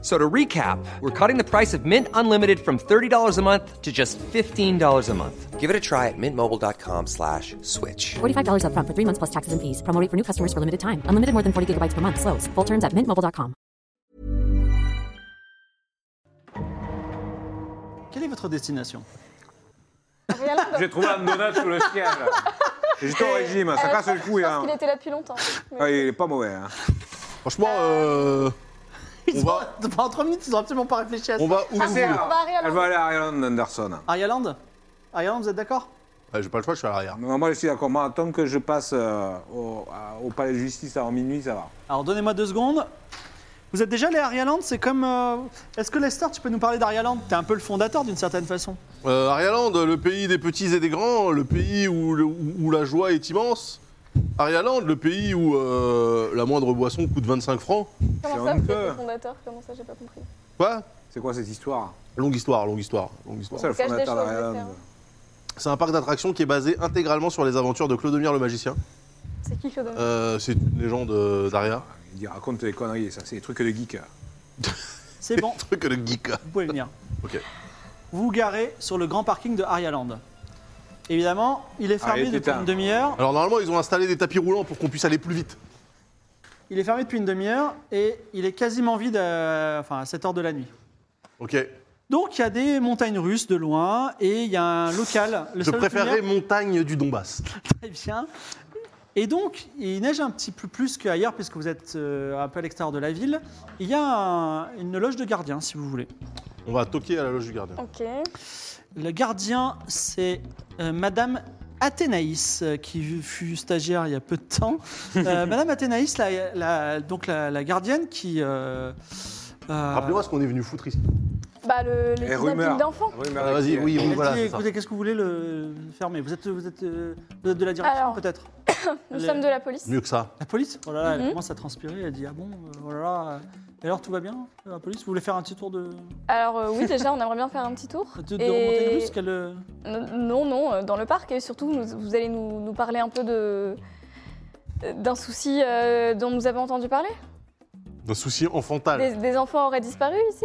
So to recap, we're cutting the price of Mint Unlimited from $30 a month to just $15 a month. Give it a try at mintmobile.com slash switch. $45 upfront for three months plus taxes and fees. Promo rate for new customers for limited time. Unlimited more than 40 gigabytes per month. Slows. Full terms at mintmobile.com. Quelle est votre destination J'ai trouvé un donut sous le ciel. J'étais au régime, ça Euh, casse le couille. Je pense Hein. qu'il était là depuis longtemps. Mais- Ah, il est pas mauvais. Hein. Franchement, euh, Ils on, va, ont- Pendant 3 minutes, ils n'ont absolument pas réfléchi à ça. on va où Ah, vous c'est- voulez. On va à Ariel. Elle va aller à Ireland, Anderson. Arialand Arialand, vous êtes d'accord Ah, J'ai pas le choix, je suis à l'arrière. Non, moi, je suis d'accord. Moi, tant que je passe euh, au, à- au palais de justice avant minuit, ça va. Alors donnez-moi deux secondes. Vous êtes déjà allé à Arialand C'est comme. euh, Est-ce que Lester, tu peux nous parler d'Arialand T'es un peu le fondateur d'une certaine façon. Euh, Arialand, le pays des petits et des grands, le pays où, le- où- où la joie est immense. Arialand, le pays où euh, la moindre boisson coûte 25 francs. C'est Comment ça, honteux. vous êtes le fondateur Comment ça, j'ai pas compris. Quoi C'est quoi cette histoire Longue histoire, longue histoire, longue Pour histoire. ça, le cache des fondateur choses, d'Ireland. Lester. C'est un parc d'attractions qui est basé intégralement sur les aventures de Clodomir le magicien. C'est qui que donne Euh, c'est une légende euh, d'Aria. Il dit, raconte des conneries, ça, c'est des trucs de geek. Ah C'est bon, Truc de geek. vous pouvez venir. Ok. Vous vous garez sur le grand parking de Arialand. Évidemment, il est fermé Arrêtez depuis tard. une demi-heure. Alors normalement, ils ont installé des tapis roulants pour qu'on puisse aller plus vite. Il est fermé depuis une demi-heure et il est quasiment vide à, enfin, à 7 heures de la nuit. Ok. Donc il y a des montagnes russes de loin et il y a un local. Le je seul préférerais lumière- montagne du Donbass. Très Eh bien. Et donc, il neige un petit peu plus qu'ailleurs, puisque vous êtes euh, un peu à l'extérieur de la ville. Il y a un- une loge de gardien, si vous voulez. On va toquer à la loge du Euh. gardien. Ok. Le gardien, c'est euh, Madame Athénaïs, euh, qui fut stagiaire il y a peu de temps. Euh, Madame Athénaïs, la, la- donc la, la gardienne qui... euh, euh, Rappelez-moi ce qu'on est venu foutre ici. Bah, le, les Et kidnappings rumeurs. d'enfants. Rumeurs Ah, vas-y, qui- oui, elle oui, dit, voilà. c'est ça. écoutez, qu'est-ce que vous voulez le fermer vous êtes, vous, êtes, euh, vous êtes de la direction, Alors. peut-être Nous Les- sommes de la police. Mieux que ça. La police Oh là là, elle Mhm. commence à transpirer, elle dit Ah bon, euh, oh là là. euh, Et alors tout va bien, euh, la police Vous voulez faire un petit tour de. Alors, euh, oui, déjà, on aimerait bien faire un petit tour. de, de remonter Et... plus qu'elle. euh, Non, non, euh, dans le parc. Et surtout, nous- vous allez nous, nous parler un peu de euh, d'un souci euh, dont nous avons entendu parler D'un souci Ah, enfantal. des, des enfants auraient disparu ici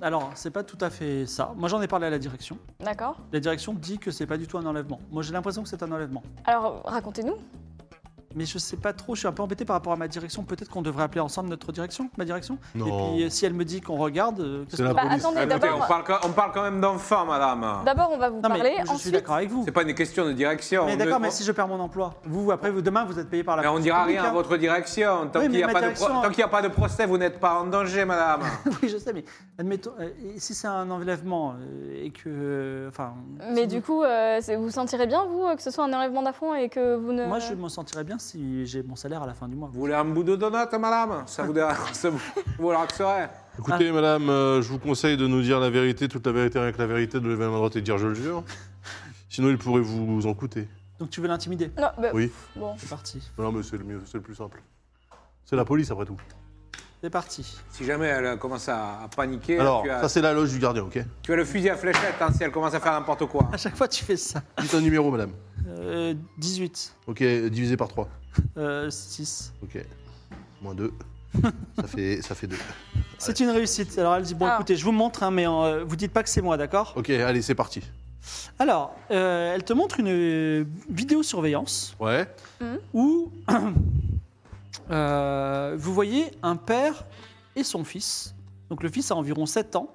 Alors, c'est pas tout à fait ça. Moi, j'en ai parlé à la direction. D'accord. La direction dit que c'est pas du tout un enlèvement. Moi, j'ai l'impression que c'est un enlèvement. Alors, racontez-nous. Mais je sais pas trop, je suis un peu embêté par rapport à ma direction. Peut-être qu'on devrait appeler ensemble notre direction, ma direction. Non. Et puis, euh, si elle me dit qu'on regarde. euh, qu'est-ce C'est la qu'on- Bah, police. attendez, Écoutez, Ah, on d'abord, parle, quand- on parle quand même d'enfants, madame. d'abord, on va vous Non, mais parler. je suis Ensuite, d'accord avec vous. C'est pas une question de direction. Mais On d'accord, ne- mais si je perds mon emploi, vous, après, vous, demain, vous êtes payé par la Mais on fonction dira publique, rien à hein. votre direction. Tant Oui, qu'il mais n'y a, ma pas de direction, pro- hein. tant qu'il y a pas de procès, vous n'êtes pas en danger, madame. Oui, je sais, mais admettons, euh, et si c'est un enlèvement euh, et que, euh, enfin. Mais si- du coup, euh, c'est- vous sentirez bien, vous, euh, que ce soit un enlèvement d'affront et que vous ne... Moi, je me sentirais bien si j'ai mon salaire à la fin du mois. Vous voulez un bout de donut, madame Ça vous, dérange- ça vous, vous le relaxerez Écoutez, madame, euh, je vous conseille de nous dire la vérité, toute la vérité, rien que la vérité, de lever la main droite et de dire je le jure. Sinon, il pourrait vous en coûter. Donc, tu veux l'intimider Non, bah, Oui. bon. C'est parti. Non, mais c'est le mieux, c'est le plus simple. C'est la police, après tout. C'est parti. Si jamais elle euh, commence à, à paniquer, Alors, tu, as, ça, c'est la loge du gardien, ok tu as le fusil à fléchette hein, si elle commence à faire n'importe quoi. À chaque fois, tu fais ça. Dites un numéro, madame. Euh, 18, Ok, divisé par 3. euh, 6. Ok. Moins 2. ça fait ça fait 2. C'est une réussite. Alors, elle dit Bon, Ah. écoutez, je vous montre, hein, mais euh, vous dites pas que c'est moi, d'accord Ok, allez, c'est parti. Alors, euh, elle te montre une euh, vidéosurveillance Ouais. où euh, vous voyez un père et son fils. Donc le fils a environ 7 ans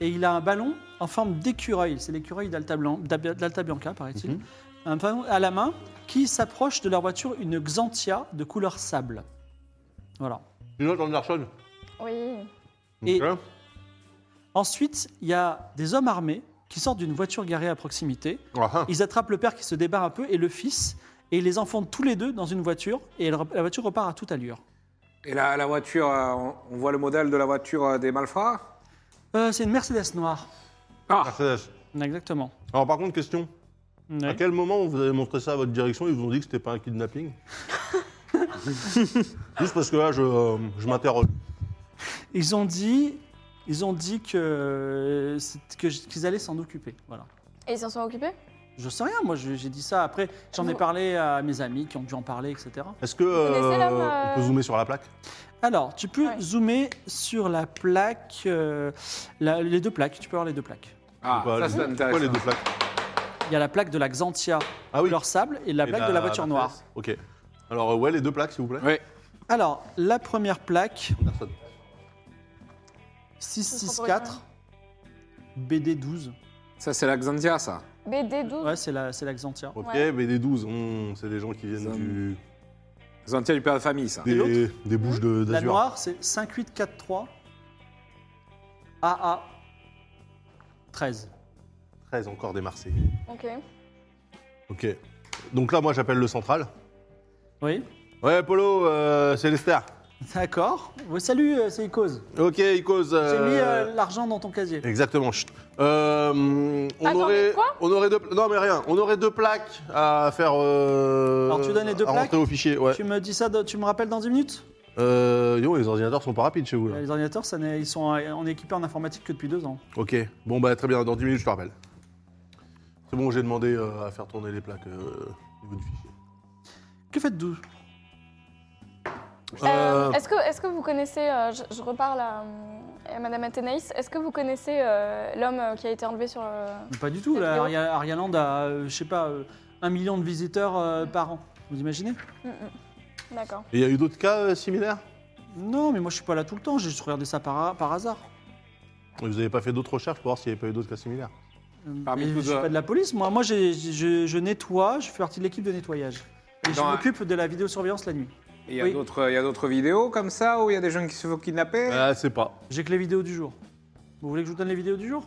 et il a un ballon en forme d'écureuil. C'est l'écureuil d'Alta Blan- d'Ab- d'Alta Bianca, paraît-il. Mhm. Un ballon à la main qui s'approche de leur voiture, une Xantia de couleur sable. Voilà. Une note Anderson. Oui. Et- Ok. Ensuite, il y a des hommes armés qui sortent d'une voiture garée à proximité. Ah, ah. Ils attrapent le père qui se débarre un peu et le fils et ils les enfantent tous les deux dans une voiture et elle- la voiture repart à toute allure. Et la, la voiture, euh, on, on voit le modèle de la voiture euh, des malfrats Euh, C'est une Mercedes noire. Ah, Mercedes. Exactement. Alors, par contre, question. Ouais. À quel moment vous avez montré ça à votre direction Ils vous ont dit que c'était pas un kidnapping Juste parce que là, je, euh, je m'interroge. Ils ont dit, ils ont dit que c'est- que j- qu'ils allaient s'en occuper. Voilà. Et ils s'en sont occupés Je sais rien, moi je- j'ai dit ça. Après, j'en ai Vous- parlé à mes amis qui ont dû en parler, etc. Est-ce que connaissez l'homme, on euh, peut zoomer sur la plaque Alors, tu peux Ouais. zoomer sur la plaque, euh, la- les deux plaques. Tu peux avoir les deux plaques. Ah, Ou ça pas, les- c'est Pourquoi les intéressant. deux hein. plaques Il y a la plaque de la Xantia, Ah oui. leur sable, et la Et plaque de la voiture noire. presse. Ok. Alors, euh, ouais, les deux plaques, s'il vous plaît. Ouais. Alors, la première plaque, Anderson. 664 BD12. Ça c'est la Xantia, ça. BD12 Ouais, c'est la, c'est la Xantia. Ok, Ouais. BD12, hmm, c'est des gens qui viennent Ça du, Xantia du père de famille, ça. des, des bouches de- La d'azur. noire, c'est 5843 AA 13. 13 encore des Marseillais. Ok. Euh, Ok. Donc là, moi, j'appelle le central. Oui, Ouais, Polo, euh, c'est Lester. d'accord. Oui, salut, euh, c'est Icos. Ok, il cause. J'ai mis euh, l'argent dans ton casier. Exactement. chut. Euh, on Attends, aurait, mais quoi on aurait deux, non mais rien. On aurait deux plaques à faire. euh, Alors, tu donnes les deux à rentrer plaques au fichier. Ouais. Tu me dis ça, de- tu me rappelles dans 10 minutes Euh, yo, les ordinateurs sont pas rapides chez vous là. Les ordinateurs, ça n'est- ils sont, euh, on est équipé en informatique que depuis deux ans. Ok. Bon bah très bien. Dans 10 minutes, je te rappelle. C'est bon, j'ai demandé euh, à faire tourner les plaques euh, au niveau du fichier. Que faites-vous Euh, Est-ce que, est que vous connaissez, euh, je, je reparle à, euh, à Madame Athénaïs, est-ce que vous connaissez euh, l'homme euh, qui a été enlevé sur le... Pas du tout. Cette Là, vidéo. Aria- Arialand a, euh, je sais pas, euh, un million de visiteurs euh, par an. Vous imaginez Mm, mm. D'accord. Et il y a eu d'autres cas euh, similaires Non, mais moi je suis pas là tout le temps. J'ai juste regardé ça par, par hasard. Vous n'avez pas fait d'autres recherches pour voir s'il n'y avait pas eu d'autres cas similaires Euh, Parmi mais tous je suis deux. pas de la police. Moi, moi, j'ai- j'ai- je, je nettoie. Je fais partie de l'équipe de nettoyage. Et je Dans un- m'occupe de la vidéosurveillance la nuit. Et Il y a Oui. d'autres- il y a d'autres vidéos comme ça où il y a des gens qui se font Euh, kidnapper Ah, c'est pas. J'ai que les vidéos du jour. Vous voulez que je vous donne les vidéos du jour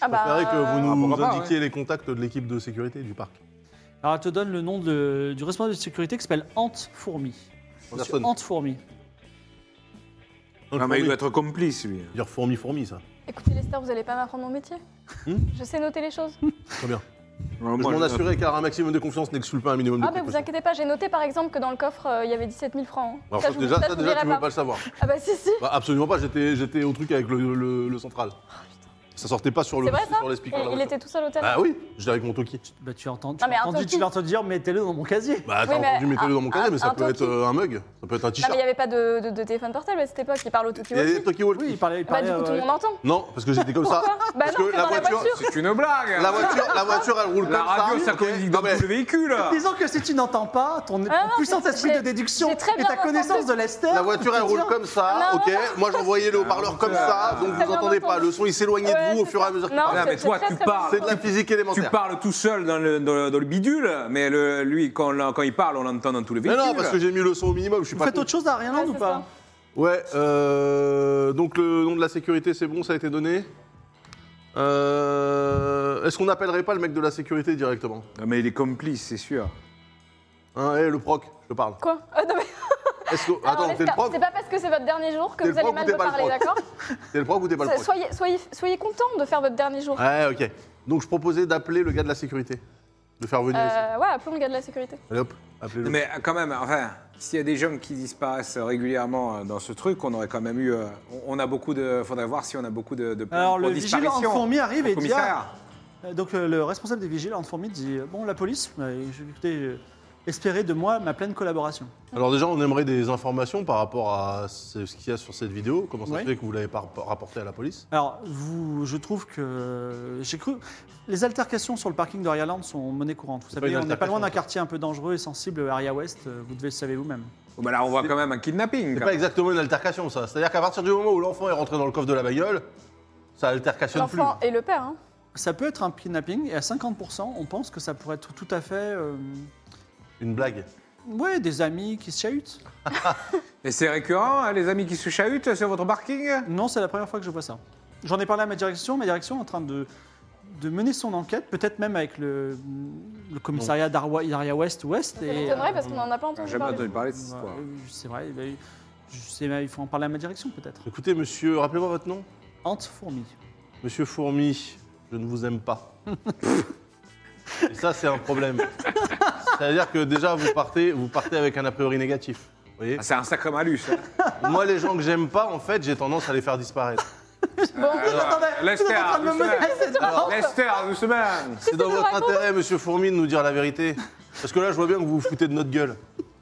Ah Je préférais que euh, vous nous pourquoi pas, indiquiez les contacts de l'équipe de sécurité du parc. Alors, elle te donne le nom de- du responsable de sécurité qui s'appelle Ante Fourmi. Monsieur Anderson. Ante Fourmi. Non, mais il doit être complice, lui. dire fourmi fourmi ça. euh, Écoutez Lester, vous allez pas m'apprendre mon métier Hmm Je sais noter les choses. Très bien. Moi, Je m'en je- assurer car un maximum de confiance n'exclut pas un minimum de Ah, mais vous précaution. inquiétez pas, j'ai noté par exemple que dans le coffre, euh, il y avait 17 000 francs. hein. Alors, Ça, ça, je vous- Bah, déjà, ça, je ça, vous déjà, dirai tu ne veux pas. pas le savoir. Ah bah si, si. Bah, absolument pas, j'étais j'étais au truc avec le, le- le central. Ça sortait pas sur, le, C'est vrai, ça sur les Et speakers. de la il voiture. était tout seul au tel. Bah oui, je l'ai avec mon toki. Bah, tu as entendu, Non, mais un entendu, toki. tu l'as entendu dire, mettez-le dans mon casier. Bah t'as Oui, mais entendu, mettez-le un- dans mon casier, mais ça un peut être Toki. euh, un mug, ça peut être Non, mais un il t-shirt. n'y avait pas de, de- de téléphone portable à cette époque, il parle au Il y a des Tokiwoki. Toki Walkie. Oui, il parlait. il Bah, du parlait, coup, tout euh, le monde entend. Non, parce que j'étais comme ça. Bah Parce non, que que la dans la voiture, voiture. C'est une blague hein. La voiture, la voiture, elle roule La comme ça. radio, ça ok communique dans Non, mais- tout le véhicule Disons que si tu n'entends pas, ton puissant Ah, mais esprit j'ai- de déduction j'ai très et bien ta connaissance entendu. de Lester. La voiture, elle te roule dire- comme ça, Non, ok Moi, j'envoyais le haut-parleur Ah, comme ça, donc Ça vous vient entendez pas. d'entendre. Le son, il s'éloignait de Ouais, vous au c'est fur et à ça. mesure qu'il Non, parlait. mais c'est toi, très, tu très parles. bien. C'est de la physique Tu élémentaire. parles tout seul dans le, dans le- dans le bidule, mais le- lui, quand, l'en- quand il parle, on l'entend dans tous les Mais véhicules. non, parce que j'ai mis le son au minimum, je suis Vous pas faites con. autre chose à rien Ouais, ou c'est pas ça. Ouais, euh, donc le nom de la sécurité, c'est bon, ça a été donné. Euh, Est-ce qu'on n'appellerait pas le mec de la sécurité directement Non, mais il est complice, c'est sûr. Hein, hé, le proc, je te parle. Quoi Ah, non, mais- Est-ce que- Alors, Attends, t'es le Lester, proc C'est pas parce que c'est votre dernier jour que T'es vous le allez proc mal ou me t'es pas le parler, proc d'accord T'es le proc ou t'es pas le Ah, proc soyez, soyez, soyez content de faire votre dernier jour. Ouais, ok. Donc je proposais d'appeler le gars de la sécurité. De faire venir ici. Euh, ouais, appelons le gars de la sécurité. Allez hop, appelez-le. Mais euh, quand même, enfin, s'il y a des gens qui disparaissent régulièrement euh, dans ce truc, on aurait quand même eu. euh, On on a beaucoup de. Faudrait voir si on a beaucoup de. de Alors, pour le vigile en disparition. fourmi arrive Au et dit ah, commissaire. Euh, Donc euh, le responsable des vigiles, Ant Fourmi, dit euh, Bon, la police, euh, je- écoutez, euh, espérez de moi ma pleine collaboration. Alors déjà, on aimerait des informations par rapport à ce ce qu'il y a sur cette vidéo. Comment ça Ouais. se fait que vous l'avez pas rapporté à la police Alors, vous, je trouve que. euh, J'ai cru. Les altercations sur le parking de Land sont monnaie courante. Vous C'est savez, pas une on n'est pas loin d'un altercation. quartier un peu dangereux et sensible, Area West, euh, vous devez le savoir vous-même. Bon, bah là, on voit quand même un kidnapping. C'est quoi. pas exactement une altercation, ça. C'est-à-dire qu'à partir du moment où l'enfant est rentré dans le coffre de la bagnole, ça altercationne plus. L'enfant et le père. Hein. Ça peut être un kidnapping et à 50%, on pense que ça pourrait être tout à fait. euh, Une blague. ouais, des amis qui se chahutent. Et c'est récurrent, hein, les amis qui se chahutent sur votre parking Non, c'est la première fois que je vois ça. J'en ai parlé à ma direction. Ma direction est en train de, de mener son enquête, peut-être même avec le, le commissariat d'Arwa- d'Aria West Ouest. Ça et, m'étonnerait euh, parce qu'on en a pas J'ai entendu jamais parler. entendu parler de cette bah, histoire. euh, c'est vrai, eh ben, je sais, mais il faut en parler à ma direction peut-être. Écoutez, monsieur, rappelez-moi votre nom. Hante Fourmi. Monsieur Fourmi, je ne vous aime pas. Et ça, c'est un problème. C'est-à-dire que déjà, vous partez, vous partez avec un a priori négatif. voyez Ah, C'est un sacré malus. hein. Moi, les gens que j'aime pas, en fait, j'ai tendance à les faire disparaître. Bon, Alors, Lester, Vous êtes en train de me doucement. mener- C'est marrant. Lester, doucement. C'est dans votre intérêt, monsieur Fourmi, de nous dire la vérité. Parce que là, je vois bien que vous vous foutez de notre gueule.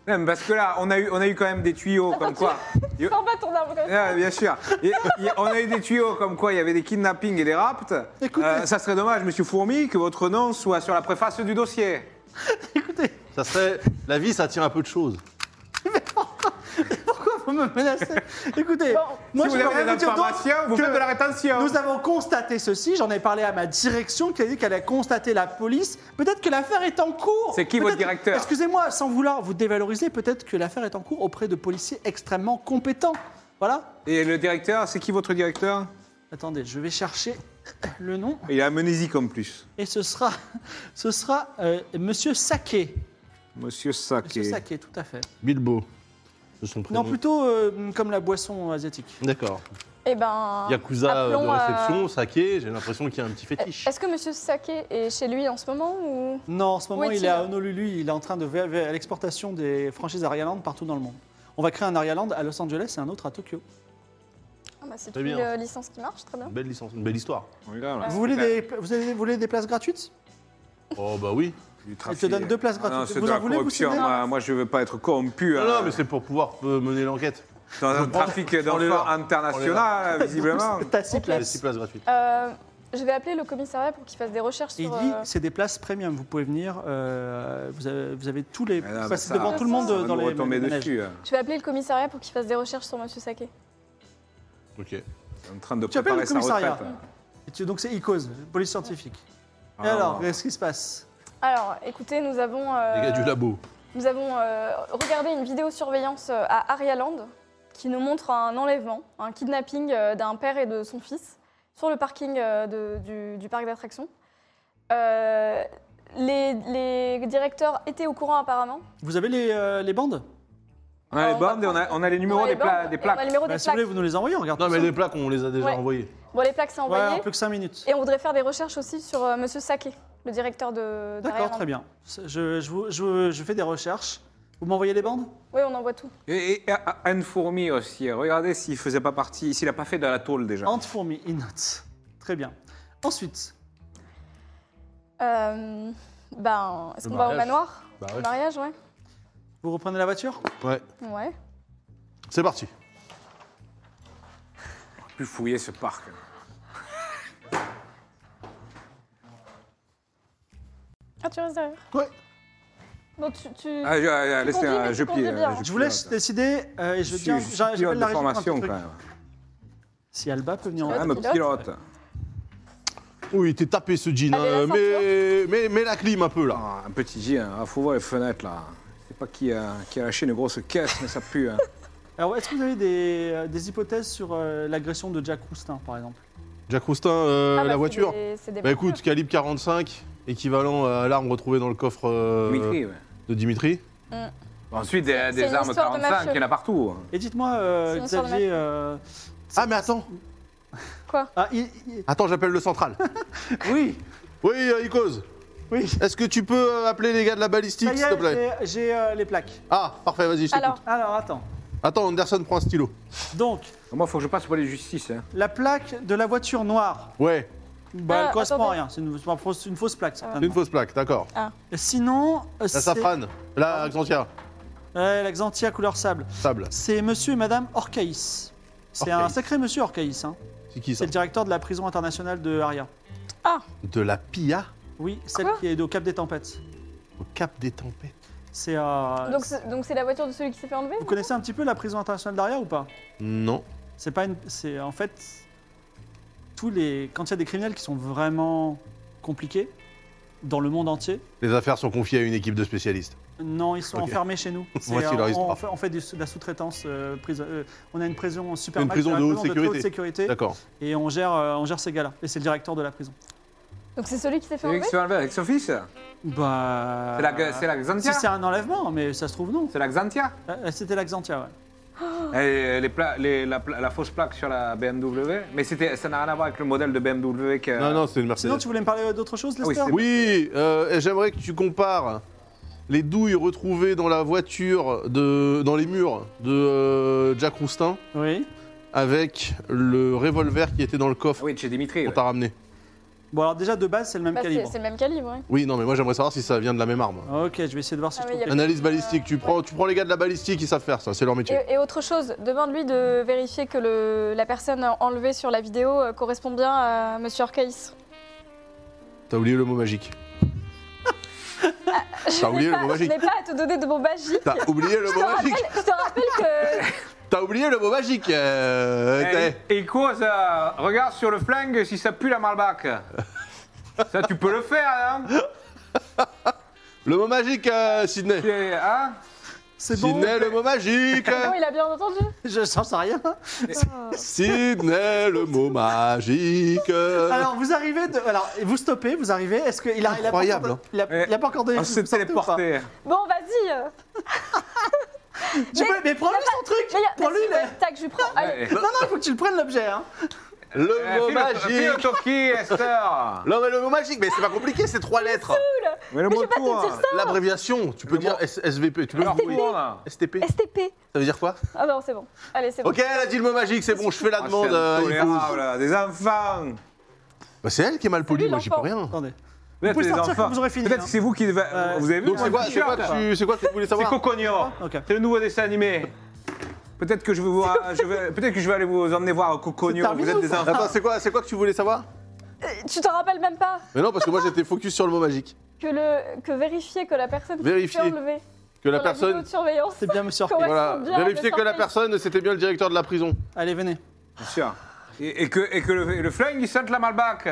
Non, mais parce que là, on a eu, on a eu quand même des tuyaux comme quoi. Il- sors pas ton arme comme ça. Ah, bien sûr. Il- il- on a eu des tuyaux comme quoi il y avait des kidnappings et des rapts. Écoutez. Euh, ça serait dommage, monsieur Fourmi, que votre nom soit sur la préface du dossier. Ça serait. La vie, ça tient à peu de choses. Pourquoi vous me menacez Écoutez, moi je si vous vais avez des rien vous dire d'autre informations, vous que faites de la rétention. Nous avons constaté ceci, j'en ai parlé à ma direction qui a dit qu'elle a constaté la police. Peut-être que l'affaire est en cours. C'est qui votre Peut-être- directeur Excusez-moi, sans vouloir vous dévaloriser, peut-être que l'affaire est en cours auprès de policiers extrêmement compétents. Voilà. Et le directeur, c'est qui votre directeur Attendez, je vais chercher le nom Il est amnésique en plus. et ce sera, ce sera euh, Monsieur Saké. Monsieur Saké. Monsieur Saké, tout à fait. Bilbo. De son prénom. Non, plutôt euh, comme la boisson asiatique. D'accord. Eh ben. Yakuza appelons, de réception, euh, saké, j'ai l'impression qu'il y a un petit fétiche. Est-ce que Monsieur Saké est chez lui en ce moment ou Non, en ce moment, Où est-il il est à Honolulu, il est en train de ver- ver- à l'exportation des franchises Arialand partout dans le monde. On va créer un Arialand à Los Angeles et un autre à Tokyo. ah bah, c'est Très une bien. euh, licence qui marche très bien. Une belle licence, une belle histoire. Oui, là, là. Vous voulez, des, vous, avez- vous voulez des places gratuites Oh bah oui. Du Elle trafic. te donne deux places Ah non, gratuites. c'est vous de la en voulez, vous corruption. Sylvain Moi, moi, je veux pas être corrompu Non, hein, non, mais c'est pour pouvoir euh, mener l'enquête. dans un trafic d'enfants leur. international, visiblement. T'as 6 Il y a places. six places gratuites. Euh, je vais appeler le commissariat pour qu'il fasse des recherches Et il sur. dit, euh, c'est des places premium, vous pouvez venir, euh, vous, avez, vous avez tous les... Ah non, Vous bah, passez ça, devant tout le monde euh, ça va dans nous les retomber manèges. dessus. hein. Je vais appeler le commissariat pour qu'il fasse des recherches sur Monsieur Saké. Ok. On est En train de Tu appelles le préparer sa commissariat. hein. retraite. Et tu- donc c'est ICOS, police scientifique. Ah, et alors, ouais. qu'est-ce qui se passe Alors, écoutez, nous avons. euh, Les gars du labo. Nous avons euh, regardé une vidéosurveillance euh, à Arialand qui nous montre un enlèvement, un kidnapping euh, d'un père et de son fils sur le parking euh, de- du, du parc d'attractions. Euh, les, les directeurs étaient au courant apparemment. Vous avez les, euh, les bandes On a Ah, les on bandes va et on a, on a les numéros On a les des, pla- bandes des et On a plaques. les numéros Bah, des Si vous voulez, plaques. vous nous les envoyez, on regarde Non, tout mais ça. les plaques, on les a déjà Ouais. envoyées. Bon, les plaques, c'est Ouais, envoyé. en plus que 5 minutes. et on voudrait faire des recherches aussi sur euh, Monsieur Saké, le directeur de D'accord, très bien. Je, je vous- je- je fais des recherches. Vous m'envoyez les bandes Oui, on envoie tout. Et, et- et Anne Fourmi aussi. hein. Regardez s'il faisait pas partie, s'il a pas fait de la tôle déjà. Ant for me, in notes. Très bien. Ensuite, Euh, ben, est-ce Le qu'on va au mariage. manoir Bah Au mariage, ouais. vous reprenez la voiture Ouais. Ouais. C'est parti. Plus fouiller ce parc. Ah, tu restes derrière. Ouais. Donc, tu. tu- Ah, je, ah, laissez, conduis, mais ah, tu je conduis plie, bien. ah, Je vous laisse plie, décider euh, et Je je suis, viens. je suis j'a- pilote J'appelle de la régie pour un petit formation quand truc. même. Si Alba peut venir. en Ouais, Ah, tête. me pilote. pilote. Oui, t'es Oh, tapé ce jean. Allez, la hein, mais, mais, mais la clim un peu là. Ah, un petit J, hein. Ah, faut voir les fenêtres là. Je sais pas qui a, qui a lâché une grosse caisse, mais ça pue. hein. Alors, est-ce que vous avez des, euh, des hypothèses sur euh, l'agression de Jack Roustin, par exemple Jack Roustin, euh, Ah bah, la c'est voiture. des- c'est des Bah voitures. écoute, calibre 45, équivalent à l'arme retrouvée dans le coffre euh, Dimitri, ouais. de Dimitri. Ensuite, des, c'est des une armes histoire de 45, mafieux. il y en a partout. hein. Et dites-moi, euh, Sinon, sur le Xavier. euh, Ah mais attends, Ah, il- il- attends, j'appelle le central. Oui, oui, euh, Icos, oui. est-ce que tu peux euh, appeler les gars de la Ça balistique, y s'il te plaît est, j'ai- j'ai euh, les plaques. Ah, parfait, vas-y, je t'écoute. Alors, Alors, attends. Attends, Anderson, prend un stylo. Donc, Moi, faut que je passe pour les justices. hein. la plaque de la voiture noire, Ouais, bah, elle Ah, correspond attendez. Euh. à rien. C'est une, c'est une fausse- une fausse plaque, c'est une certainement. fausse plaque, d'accord. Sinon, euh, La c'est- Ah. safrane, la Xantia, Ouais, la Xantia couleur sable. sable. C'est monsieur et madame Orcaïs. C'est Orcaïs. un sacré monsieur Orcaïs. hein. C'est qui ça C'est le directeur de la prison internationale de Aria. De la pilla Oui, celle Quoi qui est au Cap des Tempêtes. au cap des tempêtes. C'est euh, donc c'est donc c'est la voiture de celui qui s'est fait enlever Vous connaissez un petit peu la prison internationale d'Aria ou pas Non. C'est pas une. C'est en fait tous les quand il y a des criminels qui sont vraiment compliqués dans le monde entier. Les affaires sont confiées à une équipe de spécialistes. Non, ils sont Ok. enfermés chez nous. C'est, Voici leur euh, on, histoire. fait, on fait du- de la sous-traitance. euh, prise- euh, on a une prison super Une prison de haute sécurité. sécurité D'accord. et on gère, euh, on gère ces gars-là. Et c'est le directeur de la prison. Donc c'est celui qui s'est fait C'est enlever lui qui se fait enlever avec son fils C'est Bah. la, c'est la Xantia Si c'est un enlèvement, mais ça se trouve non. C'est la Xantia Euh, C'était la Xantia, ouais. Et les pla- les- la, pla- la fausse plaque sur la BMW Mais c'était, ça n'a rien à voir avec le modèle de BMW que... Non, non, c'est une Mercedes. Ah Sinon, Ah. tu voulais me parler d'autre chose, oui, Lester c'est- Oui, euh, et j'aimerais que tu compares les douilles retrouvées dans la voiture, de, dans les murs de euh, Jack Roustin, Oui. avec le revolver qui était dans le Ah coffre oui, de chez Dimitri. qu'on ouais. t'a ramené. Bon, alors déjà, de base, c'est le même Bah, c'est calibre. c'est le même calibre, oui. Oui, non, mais moi j'aimerais savoir si ça vient de la même arme. Ok, je vais essayer de voir si Ah je trouve oui, y a- quelque Analyse balistique, tu prends, tu prends les gars de la balistique, ils savent faire ça, c'est leur métier. Et, et autre chose, demande-lui de vérifier que le- la personne enlevée sur la vidéo euh, correspond bien à Monsieur Orcaïs. T'as oublié le mot magique. T'as oublié le mot Je magique. n'ai pas à te donner de bon magique. T'as oublié le Je te, mot magique. rappelle, je te rappelle T'as oublié le mot magique. euh, Eh t'es- Et cause, euh, regarde sur le flingue si ça pue la Malbac. ça, tu peux le faire, hein, Le mot magique, euh, Sydney. Tu es- hein C'est bon, Sydney, le mot magique. que. Non, il a bien entendu. je sens rien. Sydney, le mot magique. Alors, vous arrivez de. Alors, vous stoppez, vous arrivez. Est-ce qu'il a, il a pas Incroyable, encore- il a, hein. il a pas encore donné. On s'est sortez ou pas téléporté. Bon, vas-y. euh. Tu peux- mais prends-lui son truc Mais y a- Prends-lui vas-y, le- ouais, Tac, je lui prends. Allez. Ouais. Non, non, il faut que tu le prennes l'objet. Hein. le Eh, mot file le- file le magique. toki, Esther. Non, mais le mot magique, mais c'est pas compliqué, c'est trois lettres. Mais le Mais je vais pas te dire ça. L'abréviation, tu peux Le dire mot- S- SVP, tu peux Alors, dire bon, là. STP. STP. Ça veut dire quoi Ah non, c'est bon. Allez, c'est bon. Ok, elle a dit le mot magique, c'est bon, je fais la Ah, demande. c'est euh, il faut- intolérable, des enfants. Bah, c'est elle qui est mal polie, lui, moi j'y peux l'enfant. rien. Attendez. Vous pouvez sortir quand vous aurez fini, Peut-être hein. que c'est vous qui devez. Euh, Vous avez vu Donc mon c'est quoi, c'est quoi, t-shirt que tu- c'est quoi que tu voulais C'est savoir Coconio. Ah, ok. C'est le nouveau dessin animé. Peut-être que je vais vous, je vais, peut-être que je vais aller vous emmener voir Coconio. C'est Vous terminé êtes ou des pas enfants. Attends, c'est quoi, c'est quoi que tu voulais savoir Euh, Tu te rappelles même pas Mais non, parce que moi j'étais focus sur le mot magique. que, le, que vérifier que la personne Vérifier qui s'est enlevée Que la sur vidéo personne. de surveillance. C'est bien, monsieur. Correct. Voilà, Bien, vérifier le que la sortir. personne c'était bien le directeur de la prison. Allez, venez. Bien sûr. Et, et que, et que le, le flingue il sente la Malbac.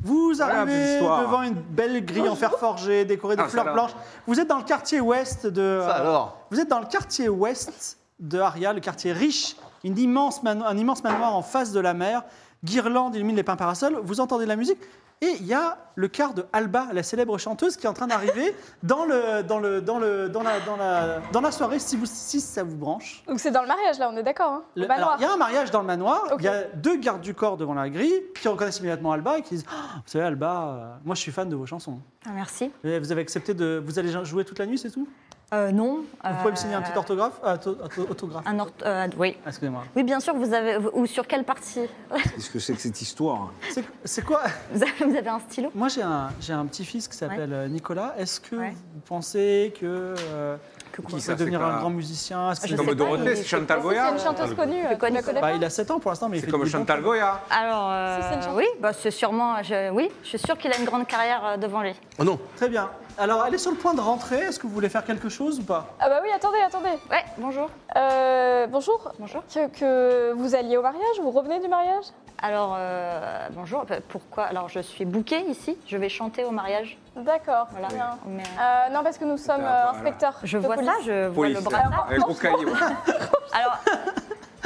Vous Voilà, arrivez petite histoire. devant une belle grille en fer forgé, décorée de Ah, fleurs ça, là. blanches. Vous êtes dans le quartier ouest de. euh, Ça alors Vous êtes dans le quartier ouest de Aria, le quartier riche, une immense mano- un immense manoir en face de la mer. Guirlande illumine les pins parasols. Vous entendez de la musique et il y a le quart de Alba, la célèbre chanteuse, qui est en train d'arriver dans le dans le dans le dans la dans la dans la soirée si vous si ça vous branche. Donc c'est dans le mariage, là, on est d'accord. Hein Le- le alors, manoir. il y a un mariage dans le manoir. Il Ok. y a deux gardes du corps devant la grille qui reconnaissent immédiatement Alba et qui disent Ah, Vous savez, Alba, euh, moi je suis fan de vos chansons. Ah, merci. Et Vous avez accepté de. Vous allez jouer toute la nuit, c'est tout Euh, non. Ah, Euh, Vous pouvez me signer un petit orthographe Ah, auto- auto- autographe. Un orth- euh, oui. Ah, Excusez-moi. Oui, bien sûr, vous avez. Ou sur quelle partie Qu'est-ce que c'est que cette histoire C'est- C'est quoi vous avez, vous avez un stylo Moi, j'ai un, j'ai un petit-fils qui s'appelle euh, Nicolas. Est-ce que Ouais. vous pensez que euh, Que quoi il ça, peut devenir c'est un pas- grand musicien Est-ce que Je c'est- euh, sais Comme pas, Dorothée, mais c'est c'est- Chantal C'est Goya. Ah, une chanteuse connue. euh, tu connais la pas. connais Bah, pas il a 7 ans pour l'instant, mais il C'est fait comme des bons Chantal Goya. Alors, euh, C'est Céline oui, bah, c'est sûrement. Je, oui, je suis sûre qu'il a une grande carrière euh, devant lui. Oh non Très bien. Alors, elle est sur le point de rentrer. Est-ce que vous voulez faire quelque chose ou pas Ah bah oui, attendez, attendez. Ouais, bonjour. Euh, bonjour. Bonjour. Que, que vous alliez au mariage Vous revenez du mariage Alors, euh, bonjour. bah, Pourquoi Alors, je suis bouquet ici. Je vais chanter au mariage. D'accord. Voilà. bien. Mais, Euh, non, parce que nous sommes Ah, euh, voilà. inspecteurs. je de vois police. ça, je vois Police. le brassard. Et gros caillou. Alors,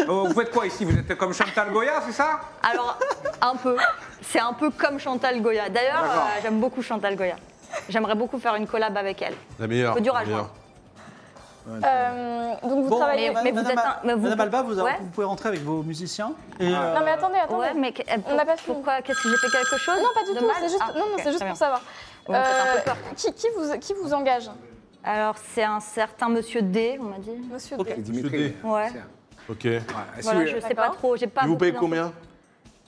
Oh, Vous faites quoi ici Vous êtes comme Chantal Goya, c'est ça alors, un peu. C'est un peu comme Chantal Goya. D'ailleurs, D'accord. euh, j'aime beaucoup Chantal Goya. J'aimerais beaucoup faire une collab avec elle. La meilleure. Faut dur à la meilleure. Euh, donc vous Bon, travaillez. mais- mais vous Madame, êtes un- mais vous- Madame Alba, vous, Ouais. vous pouvez rentrer avec vos musiciens. Et, euh, Non, mais attendez, attendez. Ouais, mais que- euh, On n'a pas fini. pourquoi Qu'est-ce que j'ai fait quelque chose Non, pas du de tout. mal C'est juste. Ah, non, non, ok, c'est juste très pour bien. savoir. Vous me faites un peu Euh, qui, qui vous qui vous engage, Alors, c'est un certain monsieur D, on m'a dit. Monsieur Ok. Euh, D Dimitri. Ouais. Ok. Il Ouais, Voilà, si, euh, je sais D'accord. pas trop, j'ai pas. vous beaucoup paye d'infos. combien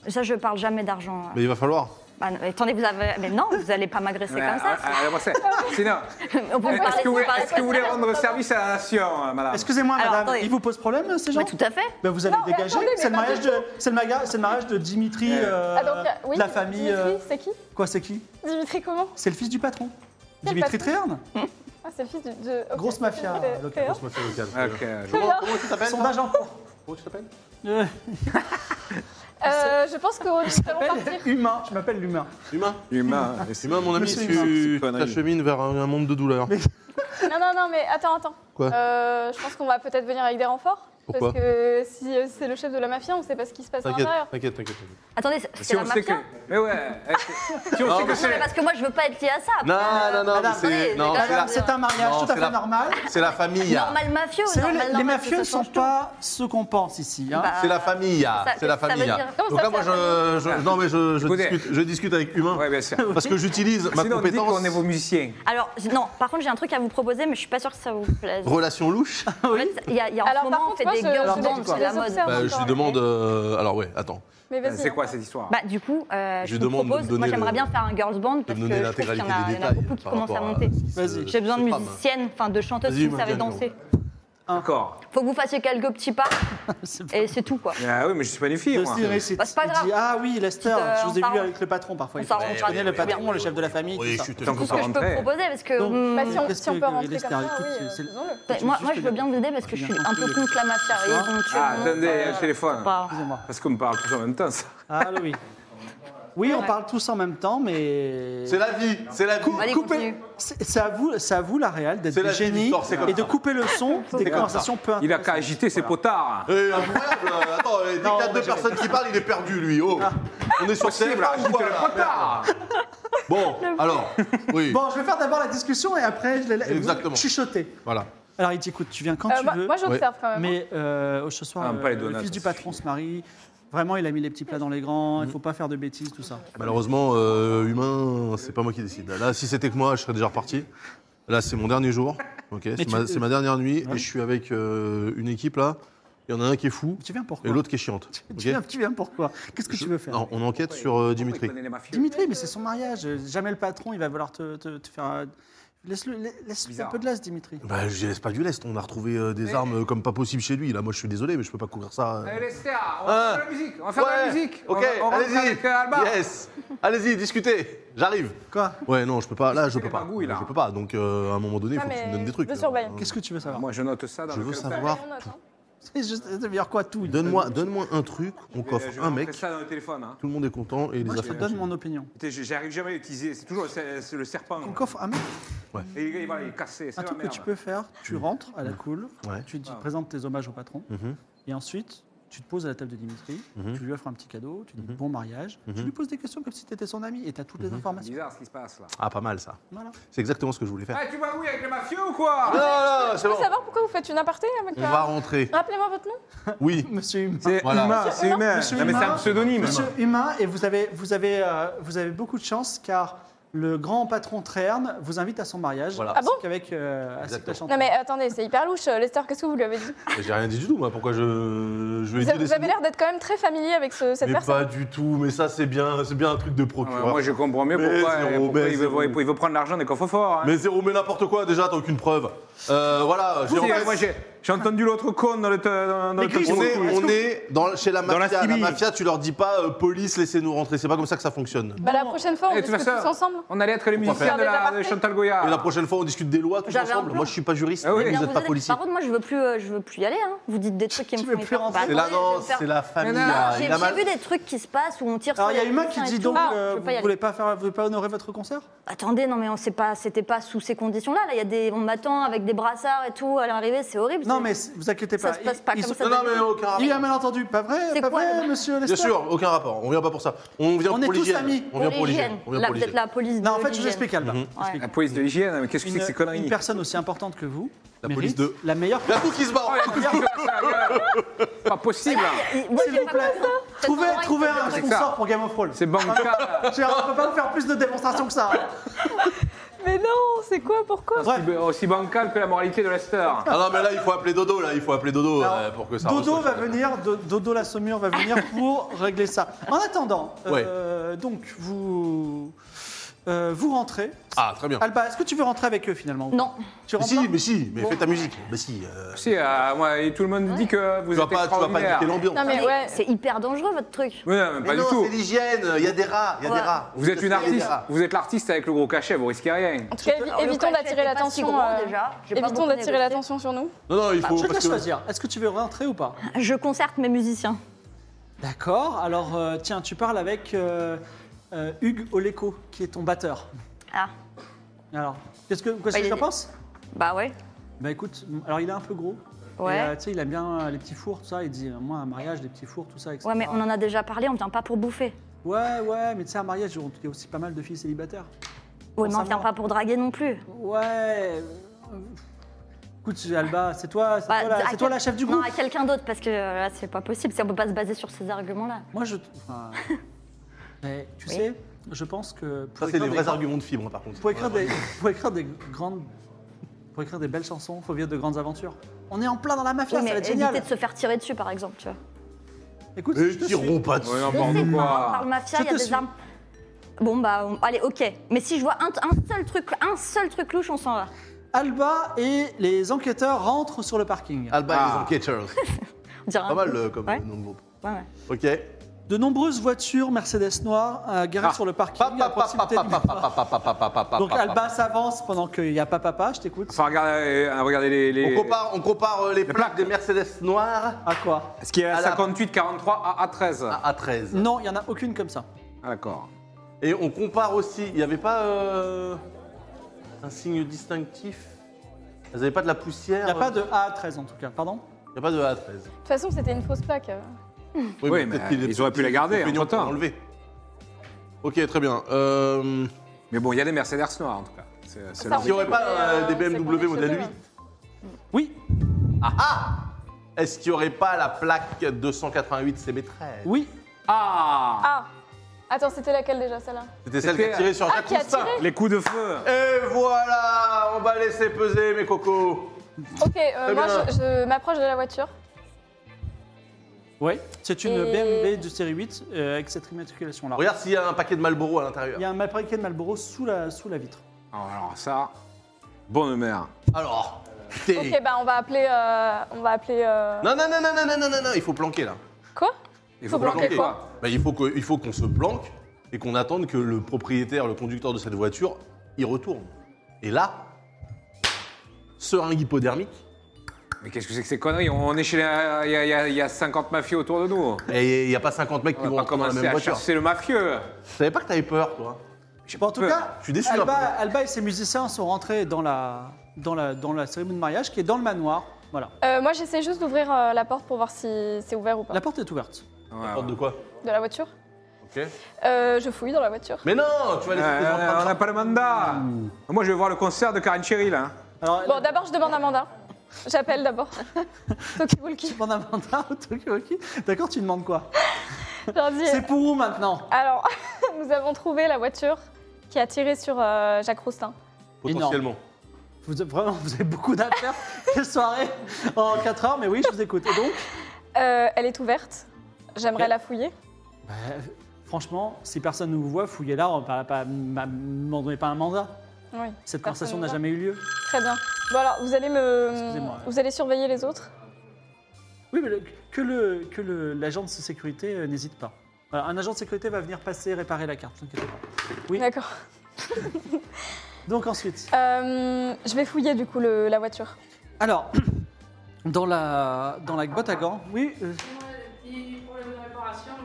Ça, je parle jamais d'argent. Mais il va falloir. Bah, non, mais attendez, vous avez. Mais non, vous allez pas m'agresser Ouais, comme ça. ah, ah, moi, c'est- Sinon, On peut est-ce parler- que vous, on peut parler est-ce que vous comme voulez ça. rendre service à la nation, euh, madame Excusez-moi, Alors, madame, attendez. il vous pose problème, ces gens Mais tout à fait. Ben, vous allez Non, mais dégager. attendez, mais C'est le, pas mariage du de- c'est le maga- c'est le mariage de Dimitri, euh, Ah donc euh, oui. la famille. Dimitri, euh, c'est qui Quoi, c'est qui Dimitri comment C'est le fils du patron. Quel Dimitri patron Tréherne Ah, c'est le fils de. de- ok. Euh, Grosse mafia Dimitri locale. Tréherne. Grosse mafia locale. Ok, je- Comment, comment tu t'appelles Sondage en cours. Comment tu t'appelles Euh, Euh, je pense que nous allons partir. Humain, je m'appelle l'humain. Humain Humain. Humain, mon ami, Monsieur tu Humain. Connerie. t'achemines vers un, un monde de douleur. Non, non, non, mais attends, attends. Quoi Euh, je pense qu'on va peut-être venir avec des renforts. Pourquoi Parce que si euh, c'est le chef de la mafia, on sait pas ce qui se passe à T'inquiète, l'intérieur. t'inquiète, t'inquiète. t'inquiète. Attendez, c'est- c'est la mafia Mais ouais. eh, si on sait que Non, mais c'est. parce que moi, je veux pas être lié à ça. Non, non, non, mais madame, c'est. attendez, Non, les gars, c'est la, Madame, c'est un mariage Non, tout à c'est fait la- normal. c'est la famille. Normal mafieux. C'est eux, Ah, normal, les normal, mafieux ne ça sont change tout. pas ce qu'on pense ici. hein. Bah, C'est la famille, ça- c'est la ça veut famille. dire- Comment Donc ça, là, moi, c'est la je, je- non, mais je, je Écoutez. discute, je discute avec humain Ouais, bien sûr. parce que j'utilise Sinon, on ma me dit compétence qu'on est vos musiciens. Alors, j- non, par contre, j'ai un truc à vous proposer, mais je suis pas sûre que ça vous plaise. relation louche. En fait, il y a, il y a en Alors, ce par moment, on contre, fait moi, des je- girl je- bands, je c'est les la mode. observe. Bah, je lui D'accord, demande. ok. euh, Alors ouais, attends. Mais vas-y. Euh, hein. C'est quoi encore. cette histoire Bah, du coup, euh, je, lui vous demande de propose, me donner moi j'aimerais le- bien faire un girls band De parce me que donner je trouve qu'il y, l'intégralité en a- des il y en détails. a beaucoup qui par commencent à rapport monter. ce qui se- Vas-y. J'ai besoin de ces femmes. musiciennes, enfin de chanteuses Vas-y, qui savent Marianne, danser. Encore. Faut que vous fassiez quelques petits pas C'est pas- et c'est tout quoi. Ah oui, mais je suis pas une fille, Le moi. style, c'est- Bah, c'est pas il grave. dit, ah oui, Lester, Petite, euh, je vous ai on vu s'arrange. avec le patron parfois. On il faut- s'arrange, Eh, je on connais s'arrange. le patron, le chef de la famille, Oui, tout je ça. te- Tant Tout qu'on ce que je peux rentrer. vous proposer parce que. Donc, hum, Bah, si on, Qu'est-ce si on que peut rentrer Lester comme ça, écoute, oui, c'est- euh, c'est- faisons-le. moi, moi, je veux bien vous aider parce que je suis un peu contre la mafia. et donc, tu Ah, vois, attendez, euh, le téléphone. c'est pas- Excusez-moi. Parce qu'on me parle tous en même temps, ça. Ah oui. Oui, on parle tous en même temps, mais. C'est la vie, c'est la vie. Allez, continue. C'est c'est à vous, c'est à vous la réelle d'être C'est la des vie, génies Victor, c'est comme et de ça. couper le son des conversations peu Il a qu'à intéressantes. agiter ses potards. Eh, incroyable. Attends, euh, dès qu'il y a Non, deux mais j'avais- personnes qui parlent, il est perdu lui. Oh. Ah. On est sur C'est scène là, là. ou agite quoi, le là potard. Bon, alors, oui. Bon, je vais faire d'abord la discussion et après je les laisse Exactement. chuchoter. Voilà. Alors il dit écoute, tu viens quand Euh, tu moi, veux. moi, j'observe quand même. hein. mais euh, ce soir, Ah, euh, pas les le donuts, fils du ça patron se marie. Vraiment, il a mis les Mm. petits plats dans les grands. Il faut pas faire de bêtises, tout ça. Malheureusement, euh, humain, c'est pas moi qui décide. Là, si c'était que moi, je serais déjà reparti. Là, c'est mon dernier jour. Ok, c'est tu- ma, c'est ma dernière nuit Ouais. et je suis avec euh, une équipe là. Il y en a un qui est fou Tu viens pourquoi et l'autre qui est chiante. Tu ok viens, tu viens pourquoi Qu'est-ce que Je- tu veux faire Non, on enquête sur euh, Dimitri. Oh, Il connaît les mafieux. Dimitri, mais c'est euh, son mariage. Jamais le patron, il va vouloir te, te- te faire. euh, Laisse-le laisse un Bizarre. peu de laisse, Dimitri. Bah, je laisse pas du lest. On a retrouvé euh, des armes euh, comme pas possible chez lui. Là, moi, je suis désolé, mais je peux pas couvrir ça. euh. Allez, Lester, on Ah. va faire de la musique. On va faire de Ouais, la musique. On Ok, va- on rentre allez-y. avec euh, Alba. Yes. Allez-y, discutez. J'arrive. Quoi Ouais, non, je peux pas. Là, je C'est peux les pas. magouilles, là. Je peux pas. Donc, euh, à un moment donné, il Non, faut que tu me mais donnes des trucs. je surveille. hein. Euh, Qu'est-ce que tu veux savoir Moi, je note ça dans Je le veux calepin. savoir. voir On note, hein. C'est juste de dire quoi tout. Donne-moi donne un truc, on coffre Euh, je vais un rentrer mec, ça dans le téléphone. hein. tout le monde est content et les Moi, je te affaires. donne mon opinion. Putain, j'ai- J'arrime jamais à l'utiliser. C'est toujours le cer- c'est le serpent. Mon coffre, ah mec, Et il, voilà, il est cassé. C'est un la truc que merde. Mm. tu peux faire, tu rentres à la cool, Ouais. tu dis- Ah. Mm-hmm. présentes tes hommages au patron, Mhm. et ensuite tu te poses à la table de Dimitri, Mhm. tu lui offres un petit cadeau, tu dis Mm-hmm. bon mariage, tu lui poses des questions comme si tu étais son ami, et tu as toutes les C'est informations. bizarre ce qui se passe là. Ah, pas mal ça. Voilà. C'est exactement ce que je voulais faire. Ah, tu vas où avec les mafieux ou quoi Non, non, non, c'est Je veux bon. savoir pourquoi vous faites une aparté avec On la- va rentrer. hein. Rappelez-moi votre nom. Oui. Monsieur Humain. C'est Voilà. humain, Ah, c'est humain. Monsieur Non, mais c'est Humain. un pseudonyme. Monsieur Humain, et vous avez, vous, avez, euh, vous avez beaucoup de chance car le grand patron Tréherne vous invite à son mariage. Voilà. Ah bon Avec euh, Exactement. Non, mais attendez, c'est hyper louche. euh, Lester, qu'est-ce que vous lui avez dit Mais J'ai rien dit du tout, moi. Pourquoi je, je vais Vous dire avez, vous avez l'air d'être quand même très familier avec ce- cette Mais personne. pas du tout. Mais ça, c'est bien, c'est bien un truc de Ah, procureur. Moi, je comprends mieux Mais pourquoi, zéro, euh, pourquoi mais il, veut, zéro. il veut prendre l'argent des coffres forts. hein. Mais zéro, mais n'importe quoi. Déjà, t'as aucune preuve. Euh, voilà. j'ai- Si, euh, moi, j'ai j'ai entendu l'autre con dans le. te- Dans, dans Mais le Chris, On est, téléphone. Est-ce on que- est dans, chez la Dans la mafia. la, Stibie. mafia, tu leur dis pas euh, police, laissez-nous rentrer. C'est pas comme ça que ça fonctionne. Bah, la prochaine fois, on Eh, tu vas discute tous ça ensemble. On allait être les Pourquoi faire musiciens de, la, de des apartés Chantal Et la Goya. prochaine fois, on discute des lois tous J'avais un ensemble. plan. Moi, je suis pas juriste. Ah oui. mais Bien vous vous êtes pas aider. policier. Par contre, moi, je veux plus, euh, je veux plus y aller. Hein. Vous dites des trucs qui me Tu font veux plus hyper peur. rentrer Bah, C'est la attendez, je vais danse, faire- c'est la famille. Mais non, là. Ah, J'ai Il a mal- j'ai vu des trucs qui se passent où on tire sur Alors il y a les Humain qui musiciens et dit tout. donc Ah, euh, je veux vous pas y aller. voulez pas faire, vous voulez pas honorer votre concert Attendez, non mais on sait pas, c'était pas sous ces conditions-là. Là, il y a des, on m'attend avec des brassards et tout à l'arrivée, c'est horrible. Non C'est- mais c'est- vous inquiétez Ça pas. se passe il- pas ils comme sont- ça. Non, non, mais aucun rapport. Il y a un malentendu, pas vrai C'est Pas quoi, vrai, le- monsieur Lester Bien sûr, aucun rapport. On vient pas pour ça. On vient On est pour tous l'hygiène. amis. On vient pour l'hygiène. l'hygiène. On vient Là, pour vous êtes l'hygiène. la police. Non, en fait, de je vous l'hygiène. explique, Alba. Mhm. Ouais. La police de l'hygiène, mais qu'est-ce que c'est que ces Une, une conneries personne aussi importante que vous La mérite police de- la meilleure. Il y a tout qui se barre. Pas possible. Et- moi, S'il j'ai vous pas plaît, compris ça. Cet trouvez, endroit, trouvez il faut un que- C'est sponsor ça. pour Game of Thrones. C'est bancal. Gérard, on peut pas vous faire plus de démonstrations que ça. hein. Mais non, c'est quoi Pourquoi Bref, Aussi bancal que la moralité de Lester. Ah non, mais là, il faut appeler Dodo. Là, il faut appeler Dodo euh, pour que ça. Dodo reçoive. va venir, Do- Dodo la saumure va venir pour régler ça. En attendant, euh, donc vous euh, vous rentrez. Ah, très bien. Alba, est-ce que tu veux rentrer avec eux finalement ou Non. pas Tu Mais rentres si, pas mais si, mais fais ta musique. Mais si. euh, Si, euh, moi, et tout le monde dit que vous Tu vas êtes pas, tu vas pas extraordinaire. éviter l'ambiance. Non, mais Attendez, ouais. C'est hyper dangereux votre truc. Oui, non, mais pas Mais non, du tout. c'est l'hygiène. Il y a des rats. Il y a Ouais. des rats. Vous êtes une Il y a des artiste. rats. Vous êtes l'artiste avec le gros cachet, vous risquez rien. En tout cas, évi- Alors, le évitons cachet d'attirer était pas si l'attention. gros, euh, déjà. J'ai pas Évitons beaucoup d'attirer négocié. l'attionssur nous. Non, non, il faut. Je te laisse parce que- choisir. Est-ce que tu veux rentrer ou pas Je concerte mes musiciens. D'accord. Alors euh, tiens, tu parles avec euh, euh, Hugues Oleko, qui est ton batteur. Ah, Alors, qu'est-ce que qu'est-ce que Bah, il tu en est- penses bah ouais. Bah écoute, alors il est un peu gros. Ouais. Et, euh, tu sais, il aime bien euh, les petits fours, tout ça. Il dit, euh, moi, un mariage, les petits fours, tout ça, etc. Ouais, mais on en a déjà parlé, on vient pas pour bouffer. Ouais, ouais, mais tu sais, un mariage, il y a aussi pas mal de filles célibataires. Ouais, mais on savoir. vient pas pour draguer non plus. Ouais. euh, Écoute, Alba, c'est toi, c'est Bah, toi, la, à c'est toi la quel- chef du Non, groupe. à quelqu'un d'autre, parce que euh, là, c'est pas possible. On peut pas se baser sur ces arguments-là. Moi, je. enfin, mais tu Oui. sais, je pense que. Ça, pour c'est écrire les des vrais grands- arguments de fibre, hein, par contre. Pour écrire, des, pour écrire des grandes. Pour écrire des belles chansons, faut vivre de grandes aventures. On est en plein dans la mafia, Oui, mais ça va être éviter génial. de se faire tirer dessus, par exemple, tu vois. Écoute, Mais je te ils tireront pas dessus. Ouais, Je sais n'importe pas, on quoi. parle mafia, Je il y a te des suis. armes. Bon bah on- allez ok, mais si je vois un, un seul truc, un seul truc louche, on s'en va. suis. Alba et les enquêteurs rentrent sur le parking. Alba et les Ah. Enquêteurs. On dirait Pas un mal groupe. euh, comme Ouais, nom de groupe. ouais, ouais. Ok. De nombreuses voitures Mercedes noires euh, garées Ah. sur le parking. à proximité du bar. Donc Alba Donc s'avance pendant qu'il y a papa, papa, je t'écoute. Enfin, regardez, euh, regardez les. les- On compare, on compare euh, les plaques plaques. des Mercedes noires À quoi Ce qui est à à la- Ah. 58, 43 à, à 13. à, à 13. Non, il n'y en a aucune comme ça. Ah, D'accord. Et on compare aussi, il n'y avait pas euh, un signe distinctif Elles n'avaient pas de la poussière Il n'y a pas de A à 13 en tout cas, pardon Il y a pas de A13. De toute façon, c'était une fausse plaque. euh. Oui, mais peut-être qu'il est- ils auraient pu la garder, ils ont fait entre-temps. pour l'enlever. Ok, très bien. Euh, Mais bon, il y a les Mercedes noirs en tout cas. C'est- c'est Ça, leur- S'il n'y aurait pas euh, Euh, des c'est qu'on est BMW chez modèle eux, 8, hein. Oui, est-ce qu'il n'y aurait pas la plaque 288 CB13 oui. Ah Ah Attends, c'était laquelle déjà celle-là C'était celle qui a C'était- tiré sur Ah, qui a Jacques tiré Les coups de feu Et voilà, on va laisser peser mes cocos. Ok, euh, Très moi bien. je, je m'approche de la voiture. Oui, c'est une Et- BMW de série 8 euh, avec cette immatriculation-là. Regarde s'il y a un paquet de Malboro Il à y l'intérieur. a un malpaquet de Malboro sous la, sous la vitre. Alors, Oh, alors ça, bonne mère. Alors, t'es- Ok, bah on va appeler. euh, on va appeler. euh, Non, non, non, non, non, non, non, non, non, il faut planquer là. Quoi Il Faut planquer planquer. quoi Bah, il faut que- il faut qu'on se planque et qu'on attende que le propriétaire, le conducteur de cette voiture, y retourne. Et là, seringue hypodermique. Mais qu'est-ce que c'est que ces conneries On est chez la- Il y, a- il y a- il y a 50 mafieux autour de nous. Et il n'y a pas 50 mecs qui On vont va pas rentrer dans la commencer même à voiture. chasser le mafieux. Je savais pas que t'avais peur, toi. hein J'ai Bon, en tout peur. cas, Je suis déçu, Alba, là. Alba et ses musiciens sont rentrés dans la, dans, la, dans la cérémonie de mariage qui est dans le manoir. Voilà. Euh, Moi j'essaie juste d'ouvrir euh, la porte pour voir si c'est ouvert ou pas. La porte est ouverte. Ah Ouais. Porte de quoi De la voiture Ok. Euh, Je fouille dans la voiture. Mais non, tu vas Euh, laisser tes euh, on empreintes. n'a pas le mandat. Moi, je vais voir le concert de Karine Cherry, là. Alors, Bon, d'abord je demande un mandat. J'appelle d'abord. Tokiwulki. tu demandes un mandat au Tokiwoki D'accord, tu demandes quoi Je leur dis, C'est pour où maintenant Alors, nous avons trouvé la voiture qui a tiré sur euh, Jacques Roustin. Potentiellement. vous, Vraiment, vous avez beaucoup d'affaires. Quelle soirée en 4 heures, mais oui, je vous écoute. Et donc Euh, elle est ouverte. J'aimerais Ok. la fouiller. Bah, franchement, si personne ne vous voit, fouillez là, on ne donnez pas un mandat. Oui. Cette Personne conversation ne n'a voit. jamais eu lieu. Très bien. Bon alors, vous allez Excusez-moi. me, vous allez surveiller les autres. Oui, mais le- que le que le- l'agent de sécurité euh, n'hésite pas. Voilà, un agent de sécurité va venir passer réparer la carte, t'inquiète pas. Oui. D'accord. Donc ensuite, Euh, je vais fouiller du coup le- la voiture. alors dans la dans la boîte à gants, oui, euh,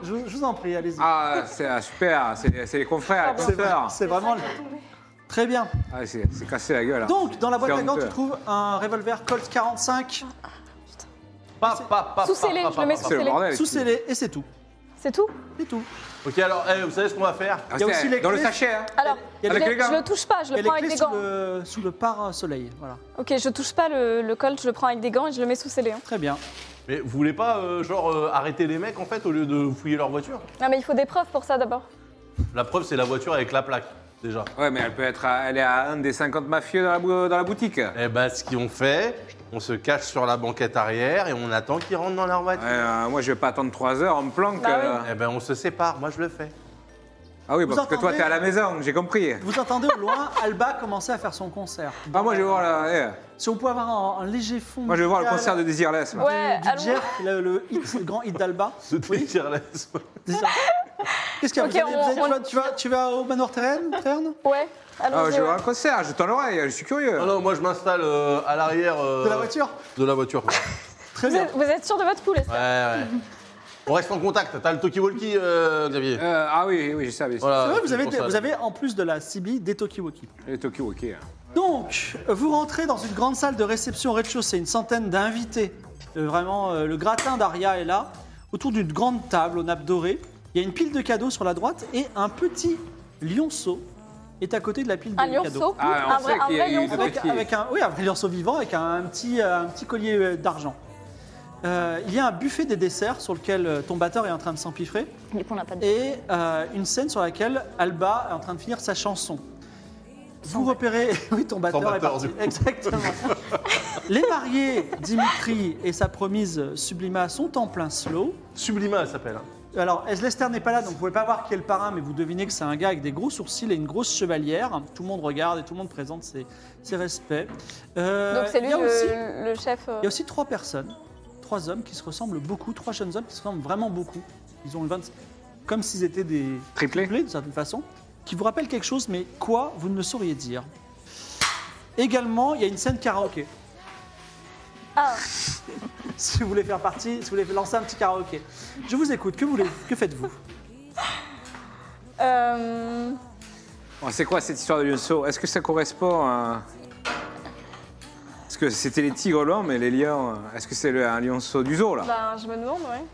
je, vous- je vous en prie, allez-y. Ah, c'est ah, super. C'est c'est les confrères, les c'est vrai- consoeurs. c'est vraiment le- très bien. Ah, c'est c'est cassé la gueule. hein. Donc dans la boîte C'est à gants, tu honteux. trouves un revolver Colt 45 Pa, pa, pa, pa, Sous-scellé, pa, je pa, le mets pa, sous- pa. C'est le bordel. sous scellé et c'est tout. C'est tout C'est tout. Ok, alors, eh, vous savez ce qu'on va faire Ah, Il y a c'est- aussi les Dans le clés. sachet, hein. Alors, Il y a je, les le- clés, gars. je le touche pas, je Et le les prends avec clés des sous gants. le, sous le pare-soleil, voilà. Ok, je touche pas le, le col, je le prends avec des gants et je le mets sous scellé. hein. Très bien. Mais vous voulez pas, euh, genre, euh, arrêter les mecs, en fait, au lieu de fouiller leur voiture Non mais il faut des preuves pour ça d'abord. La preuve, c'est la voiture avec la plaque, déjà. Ouais, mais elle peut être. à- Elle est à un des 50 mafieux dans la, bou- dans la boutique. Ouais, Eh ben, ce qu'ils ont fait, on se cache sur la banquette arrière et on attend qu'ils rentrent dans leur voiture. euh, moi, je vais pas attendre 3 heures, on me planque. Bah oui. euh. Eh ben, on se sépare, moi je le fais. Ah oui, Vous parce que toi, entendez t'es à la maison, j'ai compris. Vous entendez au loin Alba commencer à faire son concert. Ah, moi, je vais voir, la- eh, Si on pouvait avoir un, un léger fond. moi, je vais voir le musical concert de Desireless. moi. du- Ouais, du allons. Jerk, le, le hit, le grand hit d'Alba. Ce délire là. Déjà. Qu'est-ce qu'il y a Ok, Vous allez- vous on- allez- tu, on- vas, tu, vas, tu vas au manoir Terne Terne Ouais, Ah, je allons-y. vais ouais. voir un concert, je tends l'oreille, je suis curieux. Non, non, moi je m'installe euh, à l'arrière. euh, De la voiture De la voiture. quoi. Très Vous bien. êtes, vous êtes sûr de votre coup, les ouais, ouais. On reste en contact. T'as le talkie-walkie, euh, Xavier Euh, ah oui, oui, je savais. Voilà, C'est vrai, vous c'est avez, pour des- ça. vous avez en plus de la CB des Tokiwoki. Les Tokyo, hein. ok. Donc, vous rentrez dans une grande salle de réception au rez-de-chaussée, une centaine d'invités. Euh, vraiment, euh, le gratin d'Aria est là, autour d'une grande table aux nappes dorées. Il y a une pile de cadeaux sur la droite et un petit lionceau est à côté de la pile de Un cadeaux. lionceau Ah, on Un vrai, sait un qu'il y vrai a eu de lionceau Avec, Petit. avec un, oui, un vrai lionceau vivant avec un, un petit, euh, un petit collier euh, d'argent. Euh, il y a un buffet des desserts sur lequel euh, ton batteur est en train de s'empiffrer Du coup, on n'a pas de. et euh, une scène sur laquelle Alba est en train de finir sa chanson. Vous repérez, oui, ton batteur, est batteur, parti. du coup. Exactement. Les mariés Dimitri et sa promise Sublima sont en plein slow. Sublima, elle s'appelle. hein. Alors, Eslester n'est pas là, donc vous pouvez pas voir qui est le parrain, mais vous devinez que c'est un gars avec des gros sourcils et une grosse chevalière. Tout le monde regarde et tout le monde présente ses, ses respects. Euh, Donc c'est lui il y a le, aussi- le chef. euh, il y a aussi trois personnes, trois hommes qui se ressemblent beaucoup, trois jeunes hommes qui se ressemblent vraiment beaucoup. Ils ont le 20, comme s'ils étaient des Triplés. d'une certaine façon, qui vous rappellent quelque chose, mais quoi vous ne le sauriez dire. Également, il y a une scène karaoké. Ah, Si vous voulez faire partie, si vous voulez lancer un petit karaoké, je vous écoute. Que voulez, que faites-vous euh, Bon, c'est quoi cette histoire de lionceau Est-ce que ça correspond à... Parce que c'était les tigres blancs, mais les lions... euh, Est-ce que c'est le- un lionceau du zoo, là ben, je me demande, ouais.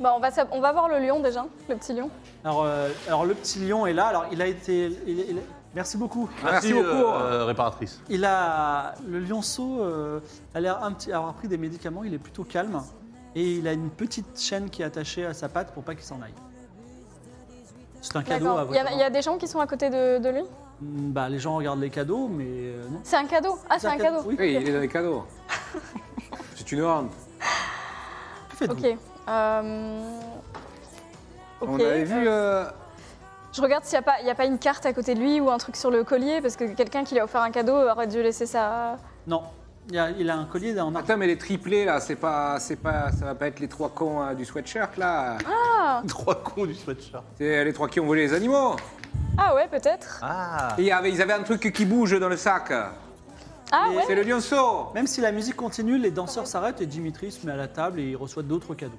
Bah, on, va, s'ab- on va voir le lion déjà, le petit lion. alors, euh, alors, le petit lion est là. Alors, il a été. il- il- merci beaucoup. Merci euh, beaucoup. euh, réparatrice. Il a le lionceau euh, a l'air un petit avoir pris des médicaments, il est plutôt calme et il a une petite chaîne qui est attachée à sa patte pour pas qu'il s'en aille. C'est un cadeau à D'accord. Il votre. y, a- il y a des gens qui sont à côté de, de lui Mm, Bah les gens regardent les cadeaux, mais euh, non. C'est un cadeau Ah, c'est un cadeau Oui. Oui, il est dans les cadeaux. c'est une orne. Que faites-vous Ok. euh, ok. On avait vu... euh, Je regarde s'il n'y a, pas- il y a pas une carte à côté de lui ou un truc sur le collier, parce que quelqu'un qui lui a offert un cadeau aurait dû laisser ça. Non, il a, il a un collier en argent. Attends, mais les triplés, là, c'est pas, c'est pas, ça va pas être les trois cons euh, du sweatshirt, là Ah. Trois cons du sweatshirt. C'est euh, les trois qui ont volé les animaux Ah ouais, peut-être. Ah Et il y avait- Ils avaient un truc qui bouge dans le sac. Ah Et- ouais C'est le lionceau Même si la musique continue, les danseurs s'arrêtent et Dimitri se met à la table et il reçoit d'autres cadeaux.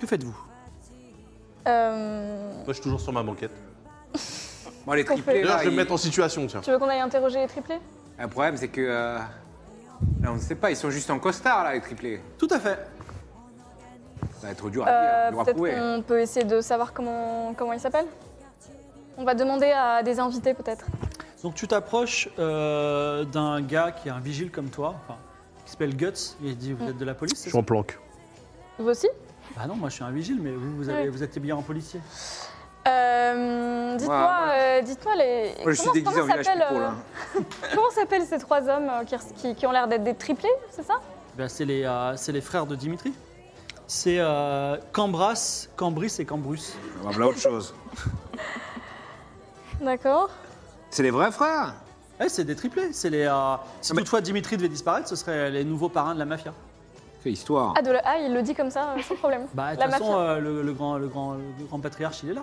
Que faites-vous Euh, Moi, je suis toujours sur ma banquette. Bon, les qu'on triplés, fait là, D'ailleurs, je vais me ils- mettre en situation, tiens. Tu veux qu'on aille interroger les triplés Le problème, c'est que... euh, Là, on ne sait pas, ils sont juste en costard, là, les triplés. Tout à fait. Ça va être dur à dire, Euh, dur à Peut-être prouver. qu'on peut essayer de savoir comment, comment il s'appelle. On va demander à des invités peut-être. Donc tu t'approches euh, d'un gars qui est un vigile comme toi, enfin, qui s'appelle Guts. Il dit Mm. vous êtes de la police. c'est Je suis en planque. Vous aussi Ah non, moi je suis un vigile, mais vous, vous, avez, Ouais. vous êtes bien en policier. Euh, Dites-moi, Ouais, moi- euh, dites-moi les. Moi, je suis comment- déguisé en comment village s'appellent, people, hein. là. euh, Comment s'appellent ces trois hommes euh, qui, qui- qui ont l'air d'être des triplés, c'est ça Ben, c'est les, euh, c'est les frères de Dimitri. C'est euh, Cambras, Cambris et Cambrus. euh, On va autre chose. D'accord. C'est les vrais frères Eh, c'est des triplés. C'est les. euh, si Mais- toutefois Dimitri devait disparaître, ce seraient les nouveaux parrains de la mafia. Quelle histoire Ah, de la- ah, il le dit comme ça, euh, sans problème. Bah, de la toute façon, mafia. euh, le, le grand, le, grand, le grand patriarche, il est là.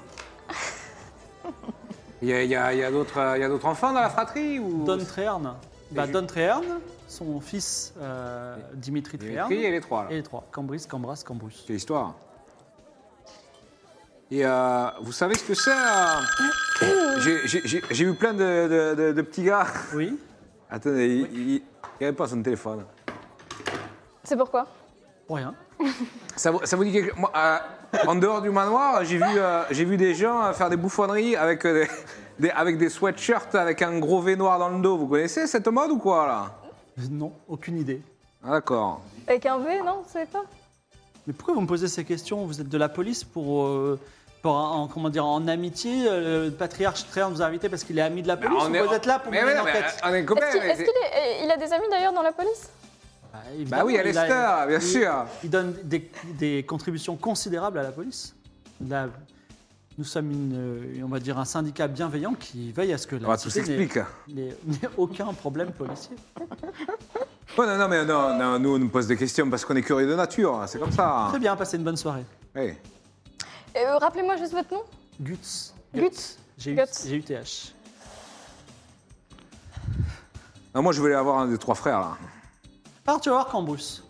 Il y a, il y a- il y a d'autres euh, il y a d'autres enfants dans la fratrie ou... Don Tréherne. Bah, je- Don Tréherne, son fils euh, Dimitri Tréherne. Dimitri et les trois, là. Et les trois. Cambris, Cambras, Cambrus. Quelle histoire Et euh, vous savez ce que c'est euh, j'ai- j'ai- J'ai j'ai eu plein de, de- de- de petits gars. Oui. Attendez, il- il il répond à son téléphone. C'est pourquoi Pour rien. Ça, vous- ça vous dit quelque chose En dehors du manoir, j'ai vu, euh, j'ai vu des gens euh, faire des bouffonneries avec euh, des, des- avec des sweatshirts avec un gros V noir dans le dos. Vous connaissez cette mode ou quoi, là Non, aucune idée. Ah, D'accord. Avec un V, non C'est pas Mais pourquoi vous me posez ces questions Vous êtes de la police pour, euh, pour un- en, comment dire, en amitié. euh, Le patriarche Tréherne vous a invité parce qu'il est ami de la police. Bah, ou vous êtes là pour mais mener ouais, une mais euh, enquête. On est copains, Est-ce qu'il mais est-ce c'est- qu'il est- il a des amis d'ailleurs dans la police Bah, Bah oui, à évidemment, il a- Lester, bien il- sûr. Il donne des, des contributions considérables à la police. Là, nous sommes, une, euh, on va dire, un syndicat bienveillant qui veille à ce que la Ah, tout cité n'ait- s'explique. n'ait n'ait aucun problème policier. Oh, non, non, mais non, non, nous, on nous pose des questions parce qu'on est curieux de nature. hein, C'est comme ça. Très bien, passez une bonne soirée. Oui. Et, euh, Rappelez-moi juste votre nom. Guts. Guts. J'ai eu, Guts. j'ai eu TH. Ah, moi, je voulais avoir un des trois frères, là. Alors, tu vas voir Cambrousse.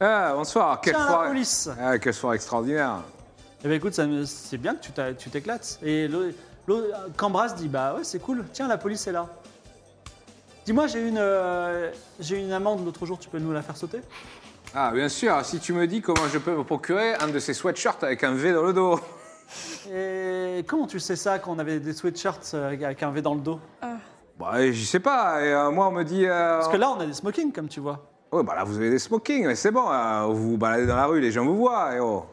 Ah, bonsoir, quelle Tiens, la soirée. police. Ah, quelle soirée extraordinaire. Eh ben écoute, ça me- c'est bien que tu t'a- tu t'éclates. Et l'autre- l'autre- Cambras dit Bah ouais, c'est cool, tiens, la police est là. Dis-moi, j'ai une, euh, j'ai une amende l'autre jour, tu peux nous la faire sauter Ah, bien sûr, si tu me dis comment je peux me procurer un de ces sweatshirts avec un V dans le dos. Et comment tu sais ça quand on avait des sweatshirts euh, avec un V dans le dos Bah, je sais pas, et, euh, moi on me dit. euh, Parce que là, on a des smokings, comme tu vois. Ouais, bah là vous avez des smokings, mais c'est bon, euh, vous vous baladez dans la rue, les gens vous voient, et oh.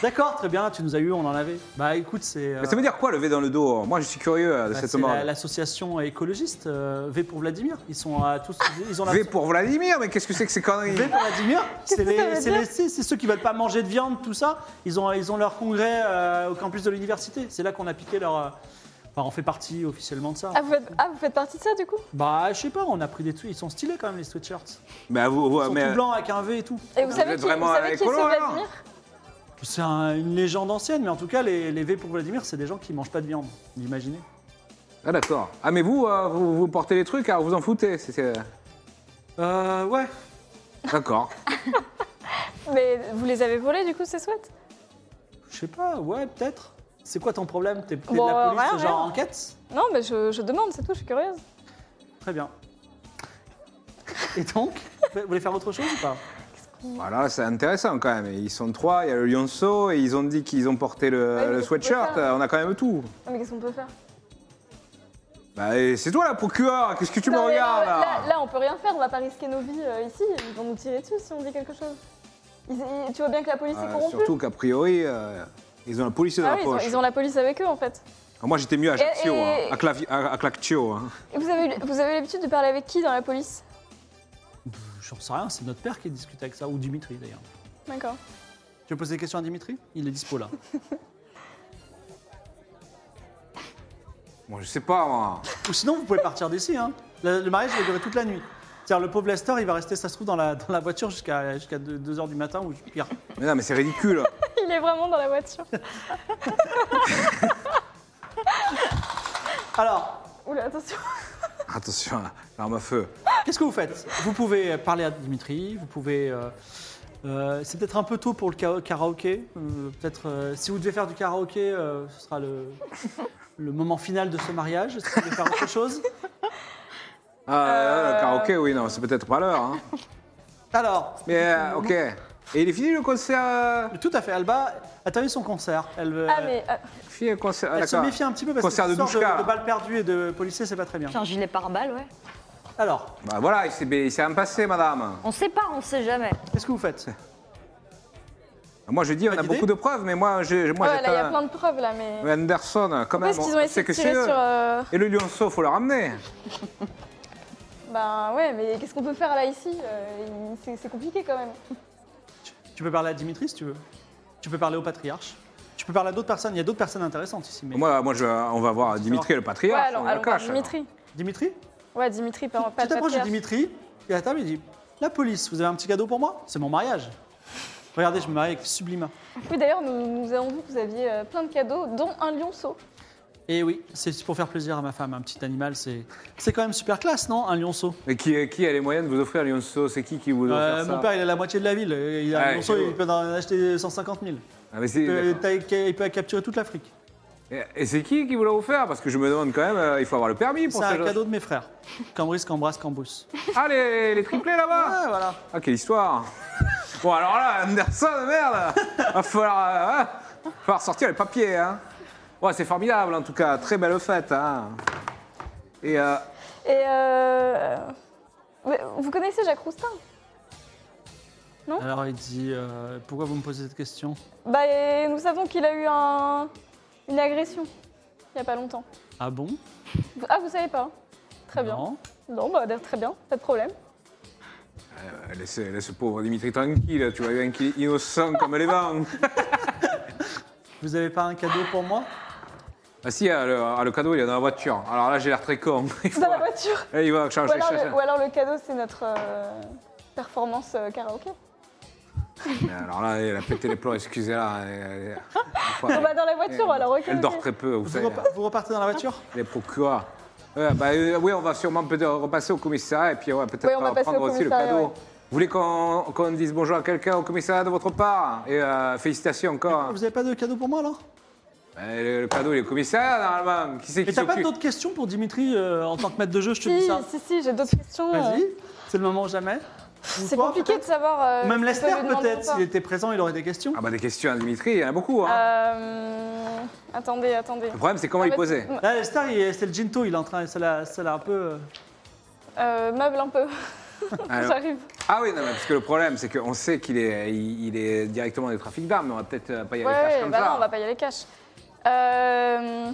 D'accord, très bien, tu nous as eu, on en avait. Bah écoute, c'est euh, Mais ça veut dire quoi le V dans le dos Moi je suis curieux euh, de bah, cette c'est la- mode. l'association écologiste euh, V pour Vladimir. Ils sont à tous. Ils ont la- V pour Vladimir, mais qu'est-ce que c'est que ces conneries V pour Vladimir, c'est les- c'est les- c'est- c'est ceux qui veulent pas manger de viande, tout ça. Ils ont, ils ont leur congrès euh, au campus de l'université. C'est là qu'on a piqué leur. euh, Enfin, on fait partie officiellement de ça. Ah vous, faites, ah, vous faites partie de ça du coup Bah, je sais pas, on a pris des tweets. Ils sont stylés quand même, les sweatshirts. Bah, vous, vous- Ils sont mais- tout blancs avec un V et tout. Et vous, savez êtes qui, vous vraiment savez qui est ce écolo, alors Vladimir C'est un- une légende ancienne, mais en tout cas, les, les V pour Vladimir, c'est des gens qui mangent pas de viande. Vous imaginez Ah d'accord. Ah mais vous, euh, vous, vous portez les trucs, alors vous en foutez. c'est- c'est- Euh, ouais. D'accord. Mais vous les avez volés du coup ces sweats Je sais pas, ouais, peut-être. C'est quoi ton problème T'es t'es Bon, de la police, rien, genre rien. enquête Non mais je, je demande, c'est tout, je suis curieuse. Très bien. Et donc Vous voulez faire autre chose ou pas Voilà, c'est intéressant quand même. Ils sont trois, il y a le lionceau, et ils ont dit qu'ils ont porté le, Ouais, mais le qu'est-ce qu'on peut sweatshirt. faire On a quand même tout. Non, Ah, mais qu'est-ce qu'on peut faire Bah, et c'est toi la procureure, qu'est-ce que tu me Non, mais, euh, regardes là là, là, on peut rien faire, on va pas risquer nos vies euh, ici, ils vont nous tirer dessus si on dit quelque chose. Ils- ils- tu vois bien que la police est Euh, corrompue Surtout qu'a priori, euh, ils ont la police dans Ah la oui, ils ont, poche. ils ont la police avec eux en fait. Ah, Moi j'étais mieux à Jaccio, et- hein, à, Clavi- à- à Claccio. hein. Et vous avez, vous avez l'habitude de parler avec qui dans la police J'en sais rien, c'est notre père qui discute avec ça, ou Dimitri d'ailleurs. D'accord. Tu veux poser des questions à Dimitri Il est dispo là. Bon, je sais pas moi. ou sinon, vous pouvez partir d'ici. Hein. Le, le mariage va durer toute la nuit. C'est-à-dire, le pauvre Lester, il va rester, ça se trouve, dans la, dans la voiture jusqu'à 2h du matin ou pire. Mais non, mais c'est ridicule. Il est vraiment dans la voiture. Alors, Oula, attention. Euh, Attention, l'arme à feu. Qu'est-ce que vous faites Vous pouvez parler à Dimitri, vous pouvez. euh, euh, c'est peut-être un peu tôt pour le ka- karaoké. euh, peut-être euh, si vous devez faire du karaoké, euh, ce sera le, le moment final de ce mariage. Est-ce que vous voulez faire autre chose Ah, euh, le karaoké, oui, non, c'est peut-être pas l'heure. hein. Alors, Mais euh, ok. Et il est fini le concert euh, tout à fait, Alba a terminé son concert. Elle, veut- Ah, mais. ah, Fini le concert. ah, elle se d'accord. méfie un petit peu parce Concert que de cette histoire Douchka. de, de balles perdues et de policiers, c'est pas très bien. J'ai un gilet pare-balles, ouais. Alors, Bah voilà, il s'est il s'est rien passé, madame. On sait pas, on sait jamais. qu'est-ce que vous faites Moi, je dis, on Pas a d'idée beaucoup de preuves, mais moi, j'ai moi, ouais, j'ai Oh là, il y a pas... plein de preuves là, mais. Mais Anderson, quand Pourquoi même, est-ce qu'ils ont on essayé sait de que tirer c'est eux. sur. euh, Et le lionceau, faut le ramener. Ben ouais, mais qu'est-ce qu'on peut faire là ici Euh, il- c'est- C'est compliqué quand même. tu, tu peux parler à Dimitri si tu veux. Tu peux parler au patriarche. Tu peux parler à d'autres personnes. Il y a d'autres personnes intéressantes ici. Mais... Moi, moi je, on va voir Dimitri, le Ouais, patriarche. on allons, la allons voir cache, Dimitri. Dimitri Ouais, Dimitri, pas, pas Tu le t'approches de patriarche. Dimitri, il est à la table, il dit La police, vous avez un petit cadeau pour moi C'est mon mariage. Regardez, je me marie avec Sublima. Oui, d'ailleurs, nous, nous avons vu que vous aviez euh, plein de cadeaux, dont un lionceau. Et oui, c'est pour faire plaisir à ma femme, un petit animal, c'est c'est quand même super classe, non Un lionceau. alors. Et qui, qui a les moyens de vous offrir le lionceau C'est qui qui vous offre Euh, ça mon père, il a la moitié de la ville. Il a un Ouais, lionceau, c'est il peut en acheter 150 000. Ah, mais c'est- Il peut, d'accord. Euh, t'as- il peut capturer toute l'Afrique. Et- Et c'est qui qui vous l'a offert Parce que je me demande quand même, euh, il faut avoir le permis pour C'est ça. un cadeau de mes frères. Cambris, Cambras, Cambrousse. Ah, les, les triplés là-bas Ah, voilà. Ah, quelle histoire Bon, alors là, Anderson, merde Va falloir, euh, hein, va falloir sortir les papiers, hein Ouais, c'est formidable, en tout cas, très belle fête, hein Et euh, Et euh... mais Vous connaissez Jacques Roustin Alors il dit euh, Pourquoi vous me posez cette question Bah, et nous savons qu'il a eu un... une agression il n'y a pas longtemps. Ah bon Vous- Ah, vous savez pas hein Très bien. Non. Non, bah, d'ailleurs, très bien, pas de problème. Euh, Laisse, laisse ce pauvre Dimitri tranquille, tu vois bien qu'il est innocent comme les vents. Vous avez pas un cadeau pour moi Ah si, ah, le, ah, le cadeau il est dans la voiture. Alors là j'ai l'air très con. Il faut- Dans la voiture. Là, il va Ou changer. alors, le, ou alors le cadeau, c'est notre euh, performance euh, karaoké. Mais alors là elle a pété les plombs, excusez-la. Elle, elle- elle- Bah, dans la voiture, alors ok. elle ok. dort très Ah. peu, vous vous, savez. repa- vous repartez dans la voiture Les procureurs. Ouais, bah, euh, oui, on va sûrement peut-être repasser au commissariat et puis ouais, peut-être Oui, on va passer prendre au aussi le commissariat, cadeau. ouais. Vous voulez qu'on qu'on dise bonjour à quelqu'un au commissariat de votre part Et euh, félicitations encore. Vous avez pas de cadeau pour moi alors Bah, Euh, le- le panneau, il est au commissariat, normalement. Qui c'est Et qui t'as pas s'occupe d'autres questions pour Dimitri euh, en tant que maître de jeu, je te dis Si, ça. si, si, j'ai d'autres questions. Vas-y, euh, c'est le moment jamais. Ou C'est toi, compliqué de peut-être savoir. euh, Même si Lester, on peut lui demander peut-être, ou pas. s'il était présent, il aurait des questions. Ah bah des questions à Dimitri, il y en a beaucoup. Hein. Euh, Attendez, attendez. Le problème, c'est comment Ah il bah, posait. m- Là, Lester, il- c'est le Ginto, il est en train, ça l'a ça l'a un peu. euh, euh, Meuble un peu. Alors- J'arrive. Ah oui, non, mais parce que le problème, c'est qu'on sait qu'il est, il, il est directement des trafics d'armes, mais on va peut-être euh, pas y Ouais, aller cash ouais, comme bah ça. non, on va pas y aller cash. Euh,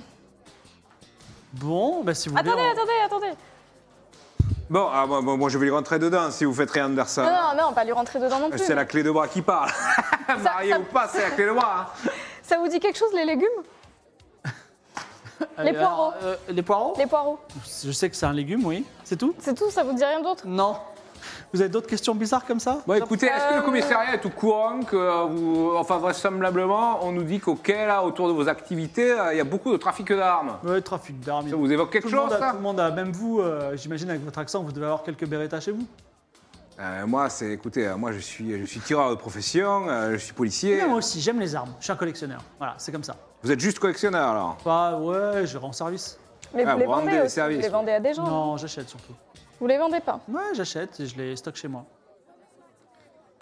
Bon, bah si vous voulez. Attendez, on- attendez, attendez. Bon, ah, bon, bon, bon, je vais lui rentrer dedans si vous faites rien, Anderson. Non, non, non, pas lui rentrer dedans non plus. Hein Ah, C'est la clé de bras qui parle. Marié ça- ou pas, c'est la clé de bras. hein. Ça vous dit quelque chose, les légumes Allez, les alors, poireaux. euh, les poireaux Les poireaux. Je sais que c'est un légume, oui. C'est tout C'est tout, ça vous dit rien d'autre Non. Vous avez d'autres questions bizarres comme ça Bon, écoutez, est-ce que le commissariat est au courant que euh, vous. Enfin, vraisemblablement, on nous dit qu'au quai, là, autour de vos activités, euh, il y a beaucoup de trafic d'armes. Ouais, trafic d'armes. Ça vous évoque quelque Tout le monde chose, a- ça Tout le monde a, même vous, euh, j'imagine avec votre accent, vous devez avoir quelques Beretta chez vous. Euh, Moi, c'est. Écoutez, euh, moi, je suis, je suis tireur de profession, euh, je suis policier. Mais moi aussi, j'aime les armes. Je suis un collectionneur. Voilà, c'est comme ça. Vous êtes juste collectionneur, alors Bah ouais, je rends service. Mais Ah, vous les vous rendez vendez les aussi, services, Vous les vendez à des gens. Non, j'achète surtout. Vous les vendez pas. Ouais, j'achète et je les stocke chez moi.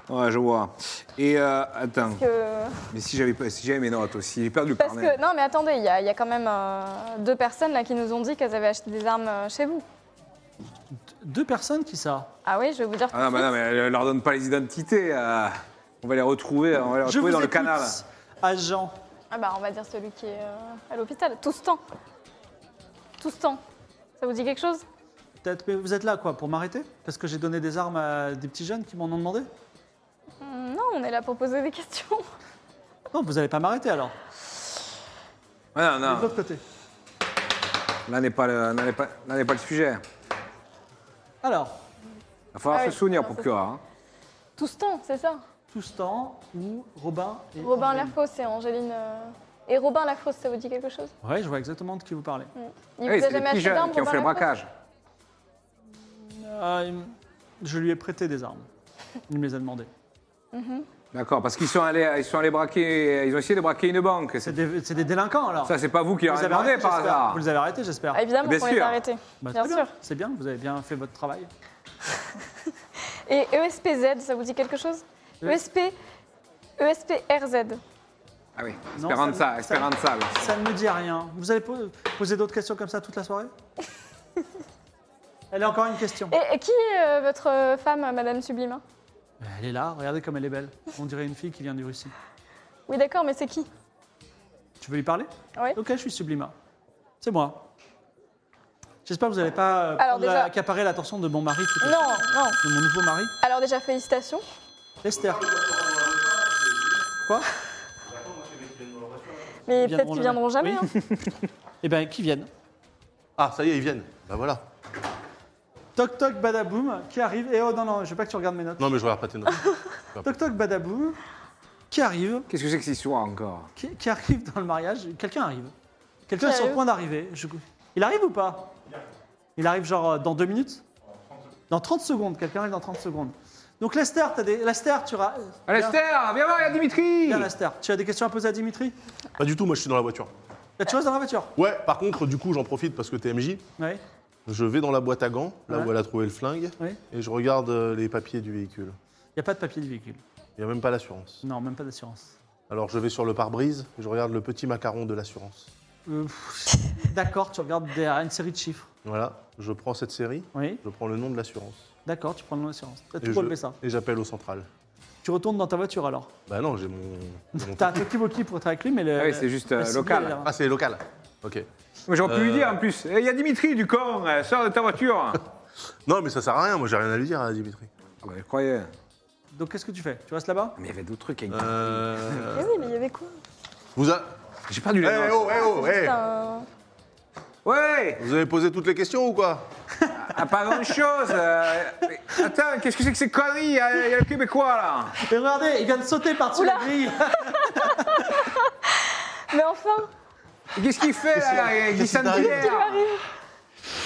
Ouais, je vois. Et euh, attends, Que- mais si j'avais pas- si j'avais mes notes aussi, j'ai perdu le Parce carnet. que, non, mais attendez, il y, a il y a quand même euh, deux personnes là qui nous ont dit qu'elles avaient acheté des armes euh, chez vous. Deux personnes, qui ça Ah oui, je vais vous dire. tout Ah non, de bah suite. non, mais elle leur donne pas les identités. euh, on va les retrouver, on va les Je retrouver vous dans le écoute, canal. Agent. Ah bah on va dire celui qui est euh, à l'hôpital, tout ce temps. Tout ce temps. Ça vous dit quelque chose Peut-être, mais vous êtes là quoi Pour m'arrêter Parce que j'ai donné des armes à des petits jeunes qui m'en ont demandé Hmm, Non, on est là pour poser des questions. Non, vous allez pas m'arrêter alors. Ouais, De non, non, l'autre côté. là n'est pas, le- là n'est pas, là n'est pas le sujet. Alors, Il va falloir Ah se oui, souvenir, non, ça- procureur. hein. Tout ce temps, c'est ça tout ce temps où Robin et Robin Angèle. Lafosse et Angéline. euh, Et Robin Lafosse, ça vous dit quelque chose Ouais, je vois exactement de qui vous parlez. Il Oui, vous a c'est les jamais petits acheté jeunes d'armes, qui ont Robin fait le Lafosse braquage. Euh, il- je lui ai prêté des armes. Il me les a demandées. D'accord, parce qu'ils sont allés, ils sont allés braquer, ils ont essayé de braquer une banque. C'est des, c'est des délinquants alors. Ça, c'est pas vous qui leur vous, avez avez demandé arrêté, par j'espère. hasard. vous les avez arrêtés, j'espère. Ah, évidemment Bien qu'on les sûr. a arrêtés. Bah, bien très sûr. C'est bien, vous avez bien fait votre travail. Et E ESPZ, ça vous dit quelque chose E Oui. ESP. E ESPRZ. Ah oui, Non, Esperanza, ça- Esperanza. oui. Ça ne me dit rien. Vous allez po- poser d'autres questions comme ça toute la soirée Elle a encore une question. Et, et qui est euh, votre euh, femme, euh, Madame Sublime Elle est là, regardez comme elle est belle. On dirait une fille qui vient de Russie. Oui, d'accord, mais c'est qui Tu veux lui parler Oui. Ok, je suis Sublima. C'est moi. J'espère que vous n'allez pas euh, Alors, prendre la- déjà- accaparer l'attention de mon mari, tout à Non, non. fait, de mon nouveau mari, Alors déjà, félicitations. Lester. Quoi Mais Ils peut-être qu'ils viendront jamais. hein. Oui. Eh bien, qu'ils viennent. Ah, ça y est, ils viennent. Bah voilà. Toc toc badaboum qui arrive. Et oh non, non, je veux pas que tu regardes mes notes. Non, mais je regarde pas tes notes. Toc toc badaboum qui arrive, Qu'est-ce que c'est que cette histoire encore qui, qui arrive dans le mariage. Quelqu'un arrive. Quelqu'un est Qui sur le arrive point d'arriver. Je- Il arrive ou pas Il arrive genre euh, dans deux minutes Dans 30 secondes. Quelqu'un arrive dans 30 secondes. Donc Lester, t'as des... Lester, tu ra- Ah, Lester, viens voir, il y a Dimitri Bien, Lester, tu as des questions à poser à Dimitri Pas du tout, moi je suis dans la voiture. Là, Tu restes dans la voiture Ouais, par contre, du coup, j'en profite parce que t'es MJ. Oui. Je vais dans la boîte à gants, là Ouais. où elle a trouvé le flingue, Oui. et je regarde euh, les papiers du véhicule. Il n'y a pas de papier du véhicule. Il n'y a même pas l'assurance. Non, même pas d'assurance. Alors je vais sur le pare-brise, et je regarde le petit macaron de l'assurance. Euh, pff, D'accord, tu regardes derrière une série de chiffres. Voilà, je prends cette série, Oui. je prends le nom de l'assurance. D'accord, tu prends le nom d'assurance. T'as Et tout je- relevé ça. Et j'appelle au central. Tu retournes dans ta voiture alors. Bah non, j'ai mon. j'ai mon- T'as un Tokiwoki pour être avec lui, mais le. Ah oui, c'est juste, le euh, cible, local. il est là. Ah, c'est local. Ok. Moi, J'aurais pu lui Euh. dire en plus. Eh, Il y a Dimitri, du con, euh, sors de ta voiture. Non, mais ça sert à rien, moi j'ai rien à lui dire à Dimitri. Ah bah, je croyais. Donc qu'est-ce que tu fais Tu restes là-bas Mais il y avait d'autres trucs. avec- Euh. Mais oui, mais il y avait quoi Vous a. J'ai perdu Eh les notes. oh, eh oh, eh Putain. Ouais Vous avez posé toutes les questions ou quoi Ah, pas grand chose Attends, qu'est-ce que c'est que ces conneries Il y, a il y a le Québécois là Et regardez, il vient de sauter par-dessus la grille. Mais enfin, Et Qu'est-ce qu'il fait là Il qu'est-ce qui t'arrive s'endurcit.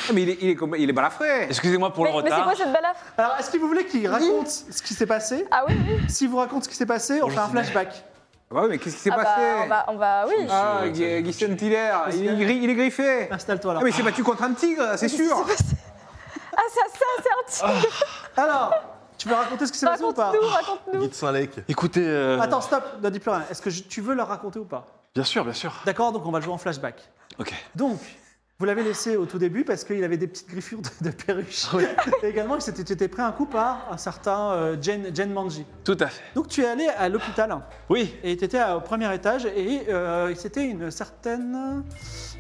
Ah, Mais il est, il est, comme- il est balafré Excusez-moi pour mais, le mais c'est retard. quoi cette balafre Alors, est-ce que vous voulez qu'il raconte ce qui s'est passé Ah oui, oui. S'il vous raconte ce qui s'est passé, on fait un flashback. Ah Bah oui, mais qu'est-ce qui s'est Ah bah, passé on va, on va- oui. Ah, Guy, Guy Saint-Hilaire, il, est gri- il est griffé. Installe-toi là. Ah, mais il s'est battu contre un tigre, c'est sûr. Ah, ça, ça, c'est un tigre. Alors, tu veux raconter ce qui s'est passé ou pas Raconte-nous, raconte-nous. Guy de Saint-Lec. Écoutez, euh, Attends, stop, ne dis plus rien. Est-ce que je- tu veux leur raconter ou pas bien sûr, bien sûr. D'accord, donc on va le jouer en flashback. Ok. Donc, vous l'avez laissé au tout début parce qu'il avait des petites griffures de, de perruche. Et également, il s'était- tu étais pris un coup par un certain euh, Jen, Jen Manji. Tout à fait. Donc, tu es allé à l'hôpital Oui. et tu étais au premier étage et euh, c'était une certaine.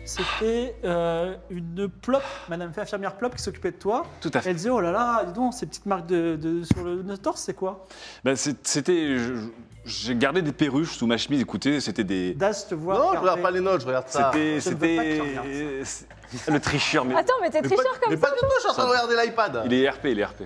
C'était euh, une plop, madame infirmière plop qui s'occupait de toi. Tout à fait. Elle disait Oh là là, dis donc, ces petites marques de, de- sur le le torse, c'est quoi Ben, c'est- c'était. je- je- J'ai gardé des perruches sous ma chemise. Écoutez, c'était des. Das, je te vois. Non, je regarder. regarde pas les notes, je regarde ça. C'était. je ne veux pas que tu C'était. regardes c'est- Le tricheur, mais. Attends, mais t'es Mais pas, tricheur comme mais ça. pas du tout, je suis en train de regarder l'iPad. Il est RP, il est RP.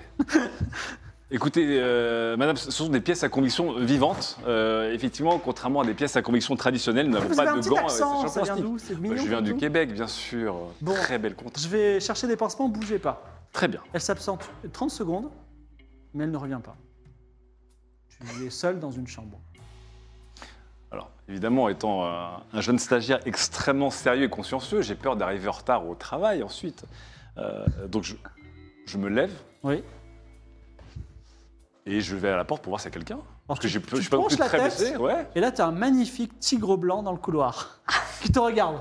Écoutez, euh, madame, ce sont des pièces à conviction vivantes. Euh, effectivement, contrairement à des pièces à conviction traditionnelles, nous n'avons Vous avez pas un de petit gants. accent, ça euh, vient sachant plastique. d'où C'est Bah, mignon. Je viens comme du tout. Québec, bien sûr. Bon. Très belle contre. Je vais chercher des pansements, bougez pas. Très bien. Elle s'absente 30 secondes, mais elle ne revient pas. Tu es seul dans une chambre. Alors, évidemment, étant euh, un jeune stagiaire extrêmement sérieux et consciencieux, j'ai peur d'arriver en retard au travail ensuite. Euh, donc, je, je me lève Oui. et je vais à la porte pour voir s'il y a quelqu'un. Parce que tu- j'ai- Oh, tu je suis pas non penches plus la très tête. blessé. Ouais. Et là, tu as un magnifique tigre blanc dans le couloir qui te regarde.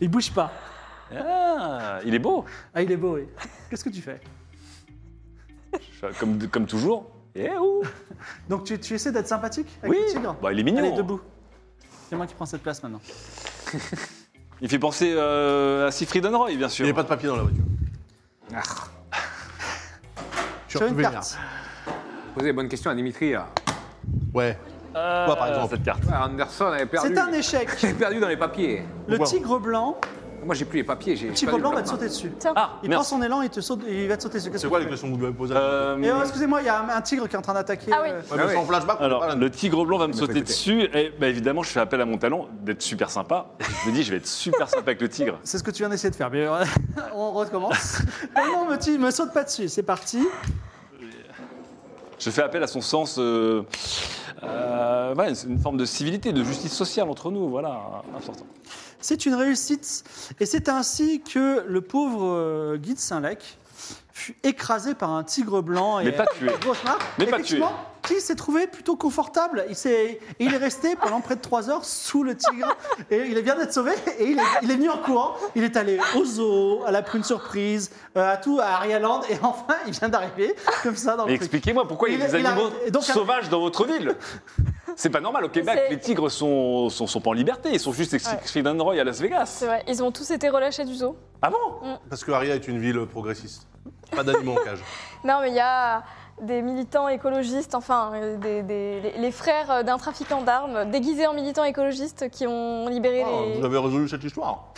Il bouge pas. Ah, il est beau. Ah, il est beau, oui. Qu'est-ce que tu fais Je- Comme, comme toujours. Eh ouh. Donc, tu, tu essaies d'être sympathique avec Oui. le tigre Bah, il est mignon. Allez, debout. C'est moi qui prends cette place maintenant. Il fait penser euh, à Siegfried and Roy, bien Il sûr. n'y avait pas de papier dans la voiture. Je suis Sur une retrouvé carte. Posez les bonnes questions à Dimitri. là. Ouais. Euh, Toi, par exemple. cette carte. Ouais, Anderson avait perdu. C'est un échec. J'ai perdu dans les papiers. Le Wow. tigre blanc, Moi, j'ai plus les papiers. J'ai le j'ai tigre perdu blanc le va te plan. sauter dessus. Ah, Il prend merci. son élan, il, te saute, il va te sauter dessus. Qu'est-ce C'est que quoi tu les fais questions que vous devez me poser Euh, Et, oh, Excusez-moi, il y a un, un tigre qui est en train d'attaquer. Ah oui. euh, Ouais, mais Ah sans ouais. flashback, on peut pas Alors, la- le tigre blanc va me sauter écoutez. dessus. Et bah, évidemment, je fais appel à mon talent d'être super sympa. Je me dis, je vais être super sympa avec le tigre. C'est ce que tu viens d'essayer de faire, mais euh, on recommence. non, non, me, ti- me saute pas dessus, c'est parti. Je fais appel à son sens. euh, euh, ouais, c'est une forme de civilité, de justice sociale entre nous. Voilà, important. C'est une réussite. Et c'est ainsi que le pauvre euh, Guy de Saint-Lec fut écrasé par un tigre blanc. Mais et, pas tué. Grosse marque. Mais pas Effectivement, Guy s'est trouvé plutôt confortable. Il, s'est- et il est resté pendant près de trois heures sous le tigre. Et il est bien d'être sauvé. Et il est, il est venu en courant. Il est allé au zoo, à la prune surprise, euh, à tout, à Arialand. Et enfin, il vient d'arriver comme ça dans Mais le truc. expliquez-moi pourquoi il y a Il- des il a- animaux et donc, sauvages dans votre ville C'est pas normal. Au Québec, C'est- les tigres sont, sont, sont pas en liberté. Ils sont juste ex- Ouais. Siegfried and Roy à Las Vegas. C'est vrai, ils ont tous été relâchés du zoo. Ah bon Parce que Aria est une ville progressiste. Pas d'animaux en cage. Non, mais il y a des militants écologistes, enfin, euh, des, des- les, les frères d'un trafiquant d'armes déguisés en militants écologistes qui ont libéré Oh, les. vous avez résolu cette histoire.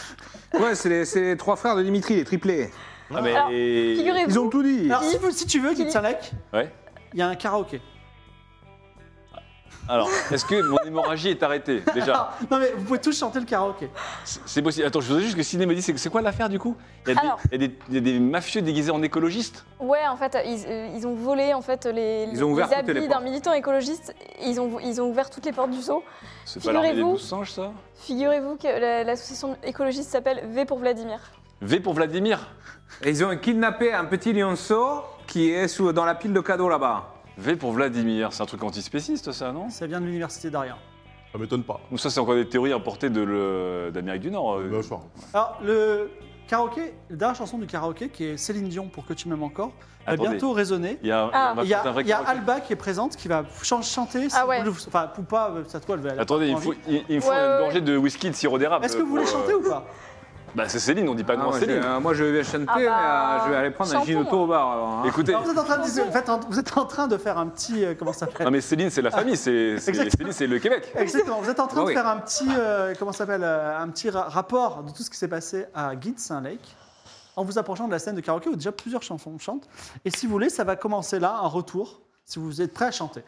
Ouais, c'est les, c'est les trois frères de Dimitri, les triplés. Ah, mais- Alors, Figurez-vous. Ils ont tout dit. Alors, si, vous- si tu veux, Guy de Qui- Saint-Lec, Ouais. il y a un karaoké. Alors, est-ce que mon hémorragie est arrêtée déjà Ah, non, mais vous pouvez tous chanter le karaoké. C'est c'est possible. Attends, je voudrais juste que Ciné me dise c'est c'est quoi l'affaire du coup Il y, a des- Alors. il y a des- il y a des mafieux déguisés en écologistes Ouais, en fait, ils, euh, ils ont volé en fait les, Ils ont ouvert les toutes les habits portes. d'un militant écologiste. Ils ont, ils ont ouvert toutes les portes du zoo. C'est pas l'armée des Figurez-vous. douze singes ça Figurez-vous que la- l'association écologiste s'appelle V pour Vladimir. V pour Vladimir Et ils ont kidnappé un petit lionceau qui est sous, dans la pile de cadeaux là-bas. V pour Vladimir, c'est un truc antispéciste ça, non Ça vient de l'université d'Arien. Ça m'étonne pas. Ou ça c'est encore des théories importées de le- d'Amérique du Nord euh. Bien sûr. Alors, le karaoké, la dernière chanson du karaoké, qui est Céline Dion, pour que tu m'aimes encore, va Attendez. bientôt résonner. Il y a, Ah. on va Il y a, faire un vrai il y a karaoké. Alba qui est présente, qui va ch- chanter. Ah ouais. Enfin, Poupa, euh, ça toi, elle va. elle a Attendez, il pas faut, envie. il, il me faut Ouais, une ouais, gorgée de whisky de sirop d'érable. Est-ce que vous voulez pour, euh, chanter ou pas Bah c'est Céline, on dit pas Ah, non à moi, j'ai- Céline. euh, moi, je vais chanter, Ah bah, mais euh, je vais aller prendre un chantons. ginotto au bar. avant, hein. Écoutez, Alors, vous, êtes en train de, dis- vous êtes en- vous êtes en train de faire un petit. euh, comment ça non s'appelle mais Céline c'est la famille, c'est c'est- Exactement. Céline c'est le Québec. Exactement, vous êtes en train Ah de oui. faire un petit. euh, comment ça s'appelle euh, Un petit ra- rapport de tout ce qui s'est passé à Guy de Saint-Lake. En vous approchant de la scène de karaoké où déjà plusieurs chansons chantent. Et si vous voulez, ça va commencer là, un retour, si vous êtes prêt à chanter.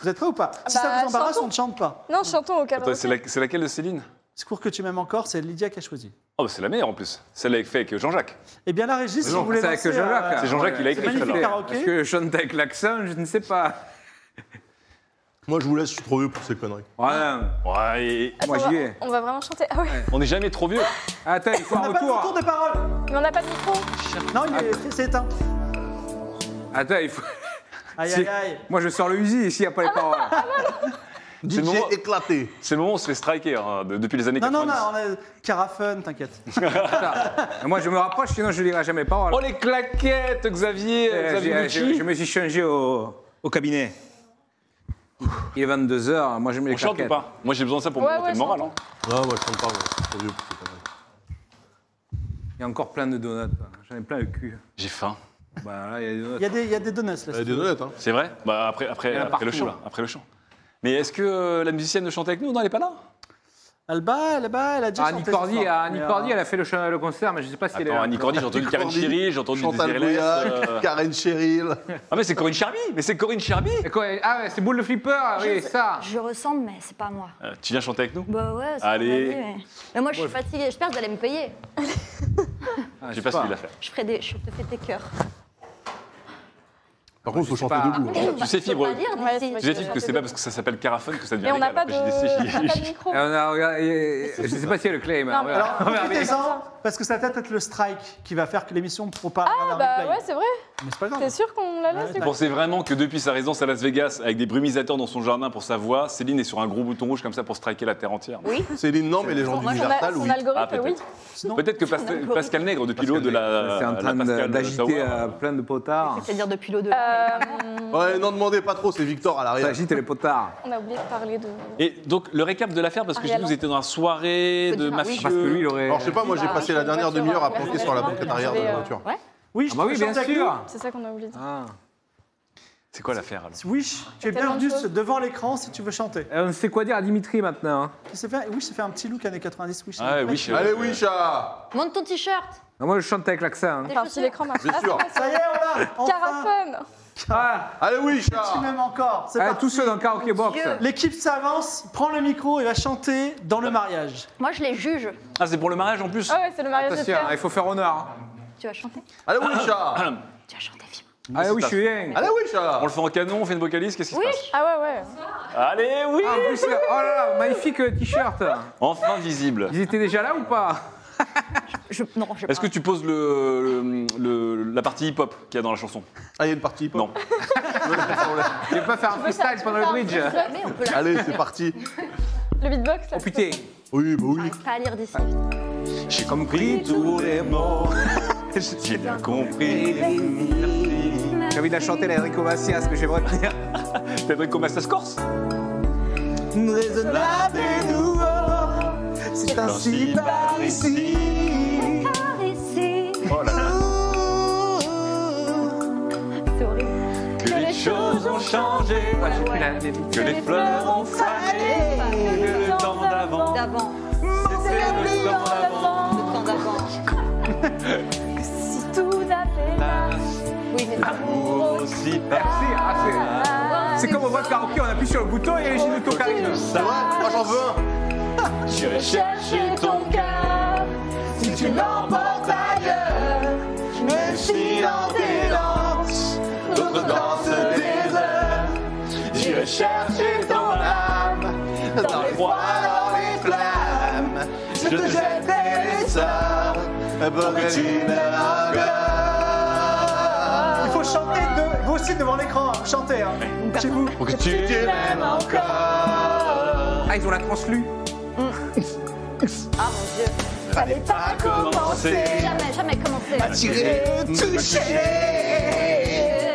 Vous êtes prêt ou pas Si ça Bah, vous embarrasse, chantons. on ne chante pas. Non, chantons au cadre. Attends, c'est la- c'est laquelle de Céline Ce cours que tu m'aimes encore, c'est Lydia qui a choisi. Oh bah c'est la meilleure en plus, celle avec fait avec Jean-Jacques. Eh bien, la régie, si vous voulez C'est avec lancer, Jean-Jacques. euh, C'est Jean-Jacques, il a écrit magnifique celle-là. karaoké. Est-ce que je chante avec l'accent Je ne sais pas. Moi, je vous laisse, je suis trop vieux pour ces conneries. Ouais, Ouais, et- moi Attends, j'y on va- vais. On va vraiment chanter. Ah oui, on n'est jamais trop vieux. Attends, il faut On un n'a pas de retour. retour de parole. mais on n'a pas de micro. Non, il est, c'est éteint. Attends, il faut. Aïe, C'est- aïe, aïe. Moi je sors le Uzi ici, il n'y a pas les paroles. DJ moment- éclaté. C'est le moment où on se fait striker hein, de- depuis les années Non, non, non, 90. on a Carafun, t'inquiète. Attends, moi je me rapproche, sinon je lirai jamais les paroles. Oh les claquettes, Xavier, Euh, j'ai- Xavier j'ai- Lucci. je me suis changé au, au cabinet. Il est 22h, moi je mets les On chante ou claquettes. pas Moi j'ai besoin de ça pour me Ouais, monter ouais, le moral. je hein. Non, moi, je chante pas, moi, je suis trop vieux pour ces conneries. Il y a encore plein de donuts. J'en ai plein le cul. J'ai faim. Bah là, il y a des donuts. Il y a des, il y a des donuts là. Eh, désolé, hein. C'est vrai Bah après, après, Il y en a après le partout, chant. là. Après le chant. Mais est-ce que euh, la musicienne ne chante avec nous Non, elle est pas là. Alba, Alba, elle a déjà Ah, Annie chanté ce Cordy, soir. ah, Annie Mais, Cordy, euh, elle a fait le, ch- le concert, mais je sais pas si elle est Attends, là. Annie Cordy, j'ai entendu Karen Cordy, Chiri, j'ai entendu Chantal Désiré Less, Bouillac, euh, Karen Cheryl. Ah mais c'est Corinne Charby Mais c'est Corinne Charby Et quoi, ah ouais, c'est boule de flipper, oui, je, ça. Je ressemble, mais c'est pas moi. Euh, Tu viens chanter avec nous Bah ouais, c'est Allez. pas mal, mais... mais moi, je suis fatiguée. J'espère que vous allez me payer. Ah, J'ai pas sais suivi l'affaire. Je ferai des... Je te fais tes cœurs. Par contre, faut chanter pas- debout. hein. Tu sais, Je peux Fibre, pas lire Ouais, d'ici. c'est vrai tu sais Fibre, que c'est pas parce que ça s'appelle Carafone que ça devient Et on n'a légal. pas de après, j'ai décidé- on n'a pas de micro. Et on a regardé- je sais pas si elle le claim. hein. Non, mais- Alors, Alors, profitez-en, parce que ça va peut-être être le strike qui va faire que l'émission ne pourra pas Ah regarder en bah replay. ouais, c'est vrai. Mais c'est pas grave. T'es sûr qu'on la laisse Ouais, du Vous coup pensez vraiment que depuis sa résidence à Las Vegas, avec des brumisateurs dans son jardin pour sa voix, Céline est sur un gros bouton rouge comme ça pour striker la terre entière Oui. Céline, non, mais les gens du Moi, son, a- Universal, son oui. Ah, algorithme, peut-être. oui. Sinon, Peut-être que Pas- algorithme. Pascal Nègre, depuis le haut de la. c'est en Euh, la train de- Pascal d'agiter Tower, euh, plein de potards. C'est-à-dire depuis l'eau de... Euh, Ouais, n'en demandez pas trop, c'est Victor Ça à l'arrière. agite les potards. on a oublié de parler de. Et donc, le récap de l'affaire, parce que j'ai vu que vous Ariel. étiez dans la soirée Faut de dire, ah oui. mafieux. Parce que lui, il aurait. Alors, je sais pas, moi, j'ai Bah, passé sur la une dernière voiture, demi-heure à ouais, planquer ouais, sur la ouais, banquette ouais, arrière de ouais, la ouais. voiture. oui, Ah bah oui, je bien chante avec sûr. C'est ça qu'on a oublié. de dire. Ah. C'est quoi l'affaire alors nous. Wish, tu es Tellement de bienvenue choses. devant l'écran si tu veux chanter. Euh, On sait quoi dire à Dimitri maintenant. hein. Il s'est fait, Wish s'est fait un petit look années 90. Wish. Ah, oui, Allez, oui, chat Monte ton t-shirt. Ah, Moi, je chante avec l'accent. hein. Tes Enfin, si chaussures. l'écran marche. Bien sûr Ça y est, on l'a enfin. Carafone Ah, Allez, oui, chat Tu m'aimes encore. C'est ah, parti. tous ceux dans le karaoké box. L'équipe s'avance, prend le micro et va chanter dans le mariage. Moi, je les juge. Ah, c'est pour le mariage en plus Ah ouais, c'est le mariage de Attention, hein, il Pierre. faut faire honneur. hein. Tu vas chanter Allez, oui, chat Tu vas chanter, Fibre. Ah oui, c'est je suis bien. Allez, oui, chat On le fait en canon, on fait une vocalise, qu'est-ce qui se passe Ah ouais, ouais. Allez, oui Ah, en plus, euh, oh là là, magnifique euh, t-shirt. Enfin visible Ils étaient déjà là ou pas Je... Non, je Est-ce que tu poses le, le- le- la partie hip-hop qu'il y a dans la chanson Ah, il y a une partie hip-hop. Non. Je vais pas faire un freestyle pendant le bridge. Mais on peut la... Allez, c'est parti Le beatbox là. Oh putain. Oui, bah oui. J'arrive pas à lire d'ici. J'ai compris tous les mots. J'ai bien compris. J'ai envie de la chanter, la Enrico Macias, mais je vais me retenir. T'as donné comment ça se corse Raisonnable et nouveau, c'est ainsi par ici. Par ici. Oh là là. C'est horrible. Que les choses ont changé. Moi, j'ai plus la- les- Que les fleurs ont fané. Que le temps d'avant. D'avant. C'était le temps d'avant. Le temps d'avant. Si tout avait Oui, mais... L'amour aussi Si, ah, c'est- C'est comme au voit de karaoké, on appuie sur le bouton et il y a les gynécos qui arrivent. C'est vrai Moi, j'en veux un J'irai chercher ton cœur. si tu l'emportes ailleurs. Mais si dans tes danses, d'autres dansent des heures. J'irai chercher ton âme dans les froids, dans les flammes. Je te jetterai les sorts pour que tu me Il faut chanter de, vous aussi devant l'écran, hein, chantez hein, chez vous. Pour que tu m'aimes encore. Ah, ils ont la translu. Ah, mon Dieu. Fallait pas commencer. Jamais, jamais commencé. Je me touchais,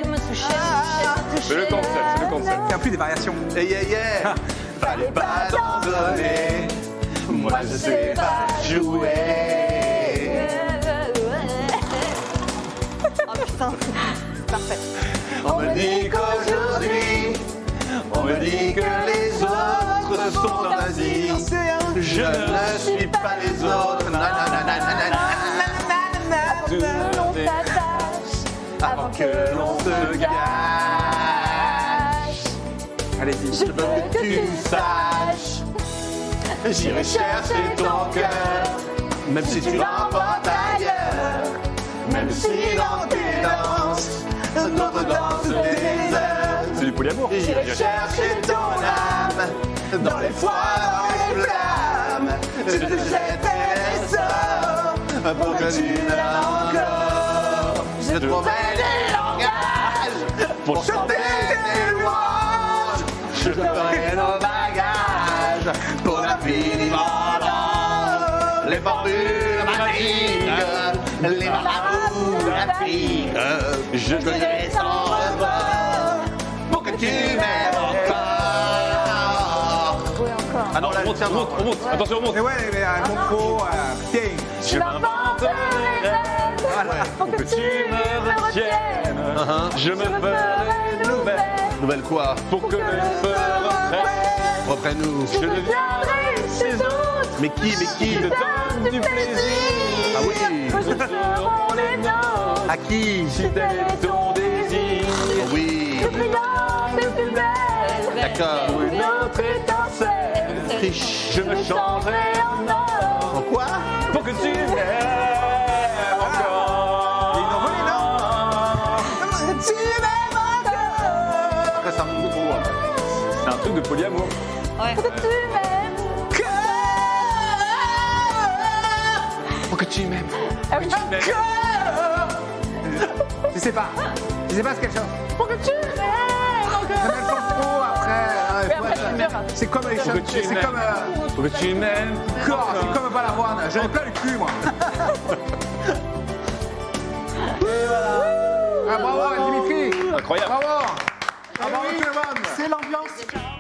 me touchais, me le touchais. cancel, c'est le cancel. Il n'y a plus des variations. Eh, yeah, yeah Ah. Fallait pas t'en donner. Moi je sais pas jouer. Oh putain, parfait. On me dit qu'aujourd'hui, on me dit que les autres sont en Asie. Je ne suis pas les autres. Tout le long t'attache avant que l'on te gâche. Allez-y. Je veux que tu saches, j'irai chercher ton cœur, même si tu l'emportes ailleurs, même si dans tes danses, d'autres dansent des heures, tu du polyamour. J'irai chercher ton âme dans les foires, dans les flammes. Je te jetterai des sorts pour que tu l'as encore. Je trouverai des langages pour chanter tes louanges. Je te ferai nos bagages pour infiniment long. Les formules magiques, les marabouts graphiques. Je te laisse en remords pour que tu m'aimes encore. Ouais, encore. Ah non, on monte, on monte, on monte. Attention, on monte. Mais ouais, mais euh, mon pro, euh, tiens. Je m'invente des rêves pour que tu me retiennes. Hein, Ah, Je me ferai nouvelle Nouvelle quoi pour que le feu reprenne. Reprends-nous. Je deviendrai chez d'autres. Mais qui, mais qui Je te donne du plaisir. Ah oui Nous serons les nôtres. À qui Si tel est ton désir, Ah Oui brillante et plus belle. D'accord. Pour une autre étincelle, Friche. je me changerai en or. En quoi pour que tu m'aimes encore. Il en voulait, Tu m'aimes encore. Après, ça remonte trop loin. C'est un truc de polyamour. Ouais. Pour que tu m'aimes. Ah oui. Je sais pas. Je sais pas ce qu'elle chante. Pour que tu m'aimes Ça encore. m'appelle pas pro après. Mais Ouais, après, ouais, tu ouais. verras. C'est comme les Pour que chante. tu C'est m'aimes. comme. euh, Pour que tu m'aimes corps, c'est comme Balavoine. J'en ai plein le cul, moi. Ah, bravo, Dimitri. Incroyable. Bravo. Ah, bravo tout le monde. C'est l'ambiance